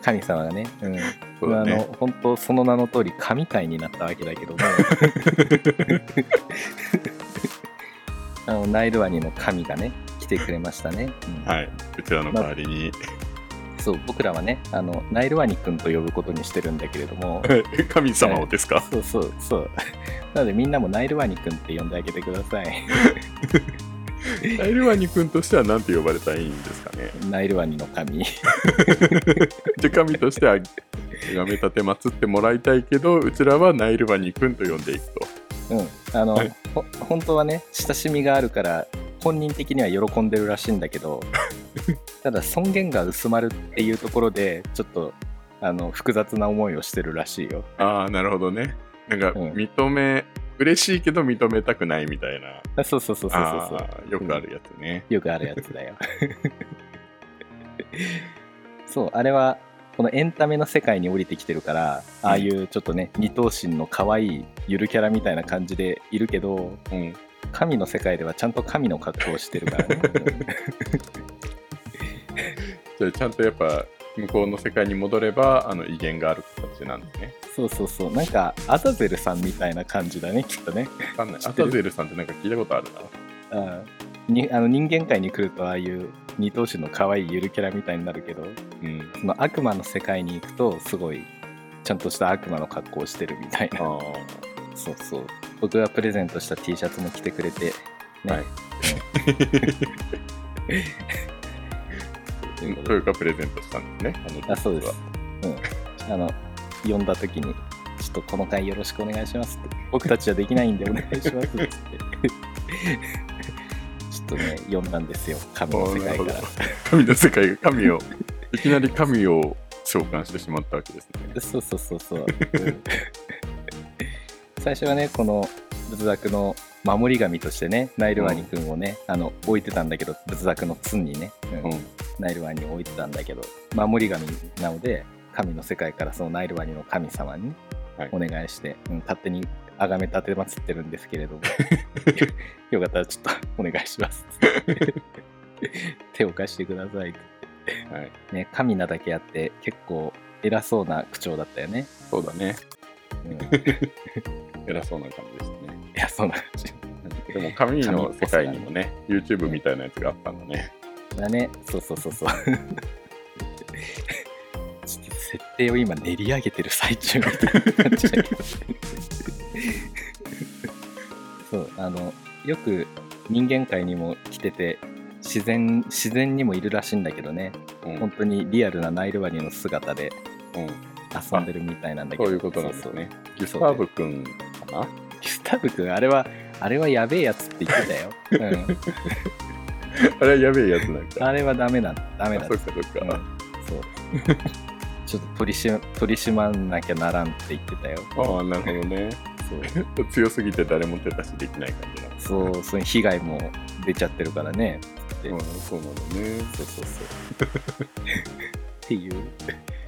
Speaker 1: 神様がね、うん
Speaker 2: そうだ
Speaker 1: あの
Speaker 2: ね。
Speaker 1: 本当その名の通り神界になったわけだけ ども、あのナイルワニの神がね、来てくれましたね。うん
Speaker 2: はい。うちらの代わりに。
Speaker 1: そう僕らはねあの、ナイルワニ君と呼ぶことにしてるんだけれども、
Speaker 2: 神様をですか、
Speaker 1: そうそうそう。 なのでみんなもナイルワニ君って呼んであげてください。
Speaker 2: ダイルワニ君としては何て呼ばれたらいいんですかね
Speaker 1: ナイルワニの神。
Speaker 2: で神としてはがめ立てまつってもらいたいけどうちらはナイルワニ君と呼んでいくと
Speaker 1: うん。あの、
Speaker 2: はい
Speaker 1: ほ本当はね、親しみがあるから、本人的には喜んで るらしいんだけど、ただ尊厳が薄まるっていうところで、ちょっとあの複雑な思いをしてるらしいよ
Speaker 2: ああ、なるほどね。なんか、
Speaker 1: うん
Speaker 2: 認め、嬉しいけど認めたくないみたいな。
Speaker 1: あそうそうそうそうそうそう
Speaker 2: あーよくあるやつね。
Speaker 1: よくあるやつだよ そうあれはこのエンタメの世界に降りてきてるからああいうちょっとね二頭身の可愛いゆるキャラみたいな感じでいるけど
Speaker 2: うん。
Speaker 1: 神の世界ではちゃんと神の格好をしてるからね
Speaker 2: じゃあ、ちゃんとやっぱ、向こうの世界に戻れば、あの、威厳がある形なんですね。
Speaker 1: そうそうそうなんかアザゼルさんみたいな感じだねきっとね、
Speaker 2: わかんない。
Speaker 1: 知
Speaker 2: ア
Speaker 1: ってる
Speaker 2: タゼルさんってなんか聞いたことあるな。
Speaker 1: うん、にあの人間界に来るとああいう二頭身の可愛いゆるキャラみたいになるけど
Speaker 2: うん。
Speaker 1: その悪魔の世界に行くとすごいちゃんとした悪魔の格好をしてるみたいな
Speaker 2: あ
Speaker 1: そうそう僕がプレゼントした T シャツも着てくれてね、
Speaker 2: はいあ。というか、プレゼントしたんですね。あの
Speaker 1: あそうです。うんあの呼んだ時に「ちょっとこの回よろしくお願いします」って「僕たちはできないんでお願いします」って ちょっとね呼んだんですよ神の世界か
Speaker 2: あーなる
Speaker 1: ら
Speaker 2: 神の世界が神をいきなり神を召喚してしまったわけですね。
Speaker 1: そうそうそうそう、うん最初はねこの仏作の守り神としてねナイルワニ君をね、あの置いてたんだけど仏作のツンにね、うん
Speaker 2: うん、
Speaker 1: ナイルワニを置いてたんだけど守り神なので神の世界からそのナイルワニの神様にね
Speaker 2: はい
Speaker 1: お願いして、うん勝手に崇め立てまつってるんですけれどもよかったらちょっとお願いしますっつって手を貸してくださいって
Speaker 2: はい、
Speaker 1: ね神なだけあって結構偉そうな口調だったよね、
Speaker 2: そうだね。
Speaker 1: うん、
Speaker 2: 偉そうな感じでしたね。
Speaker 1: 偉そうな感じ
Speaker 2: でも神の世界にもね、YouTube みたいなやつがあったんだね。
Speaker 1: だねそうそう そうそうちょっと設定を今練り上げてる最中みたいな感じだけど そうあのよく人間界にも来てて自然自然にもいるらしいんだけどね
Speaker 2: うん、
Speaker 1: 本当にリアルなナイルワニの姿で
Speaker 2: うん
Speaker 1: 遊んでるみたいなんだけ
Speaker 2: そ
Speaker 1: ど
Speaker 2: ういうことなんですね。
Speaker 1: そ
Speaker 2: ギ
Speaker 1: う
Speaker 2: スターブ君かな
Speaker 1: そうギスタブ君あれはあれはやべえやつって言ってたよ、
Speaker 2: あれはやべえやつなん
Speaker 1: うん、
Speaker 2: か。
Speaker 1: あれはダメだダメだ
Speaker 2: あそっかそっか。
Speaker 1: うんそう ちょっと取りし取り締まんなきゃならんって言ってたよ
Speaker 2: ああ、なるほどね。
Speaker 1: そう
Speaker 2: 強すぎて誰も手出しできない感じなんですね
Speaker 1: そうそういう被害も出ちゃってるからねで
Speaker 2: うん、そうなのね。
Speaker 1: そうそうそうっていう、
Speaker 2: はい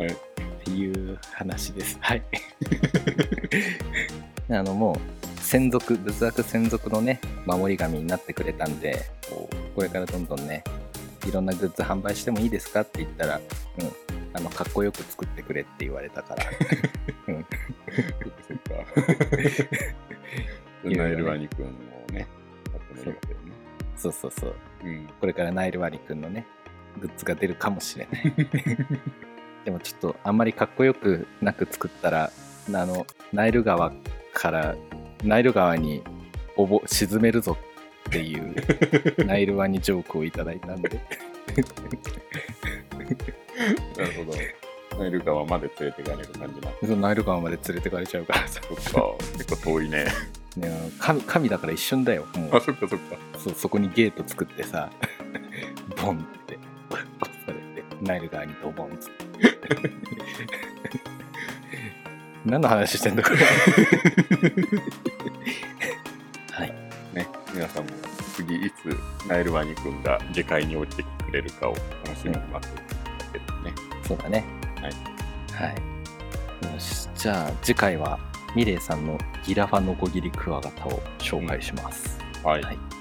Speaker 1: っていう話です はいあのもう専属仏作専属のね守り神になってくれたんでこれからどんどんねいろんなグッズ販売してもいいですかって言ったら、うん、あのかっこよく作ってくれって言われたから
Speaker 2: そっか。
Speaker 1: いろいろね
Speaker 2: ナイルワニ君をね、やってもいいわけだよね。
Speaker 1: そうそうそう
Speaker 2: うん。
Speaker 1: これからナイルワリ君のねグッズが出るかもしれないでもちょっとあんまりかっこよくなく作ったらあのナイル川からナイル川におぼ沈めるぞっていうナイルワニジョークをいただいたんで
Speaker 2: なるほど。ナイル川まで連れていかれる感じな。
Speaker 1: そのナイル川まで連れてかれちゃうからさ、
Speaker 2: そっか。結構遠いね。
Speaker 1: ね、神神だから一瞬だよも
Speaker 2: あ、
Speaker 1: う
Speaker 2: そっかそっか。
Speaker 1: そそこにゲート作ってさ ボンって落とされてナイル川にドボンっつって 何の話してんだこれはい
Speaker 2: ね。皆さんも次いつナイルワニ君が下界に降りてきてくれるかを楽しみに待っていただけですね。
Speaker 1: そうだね、
Speaker 2: はい
Speaker 1: はい、よしじゃあ次回はミレイさんのギラファノコギリクワガタを紹介します、
Speaker 2: はい
Speaker 1: は。い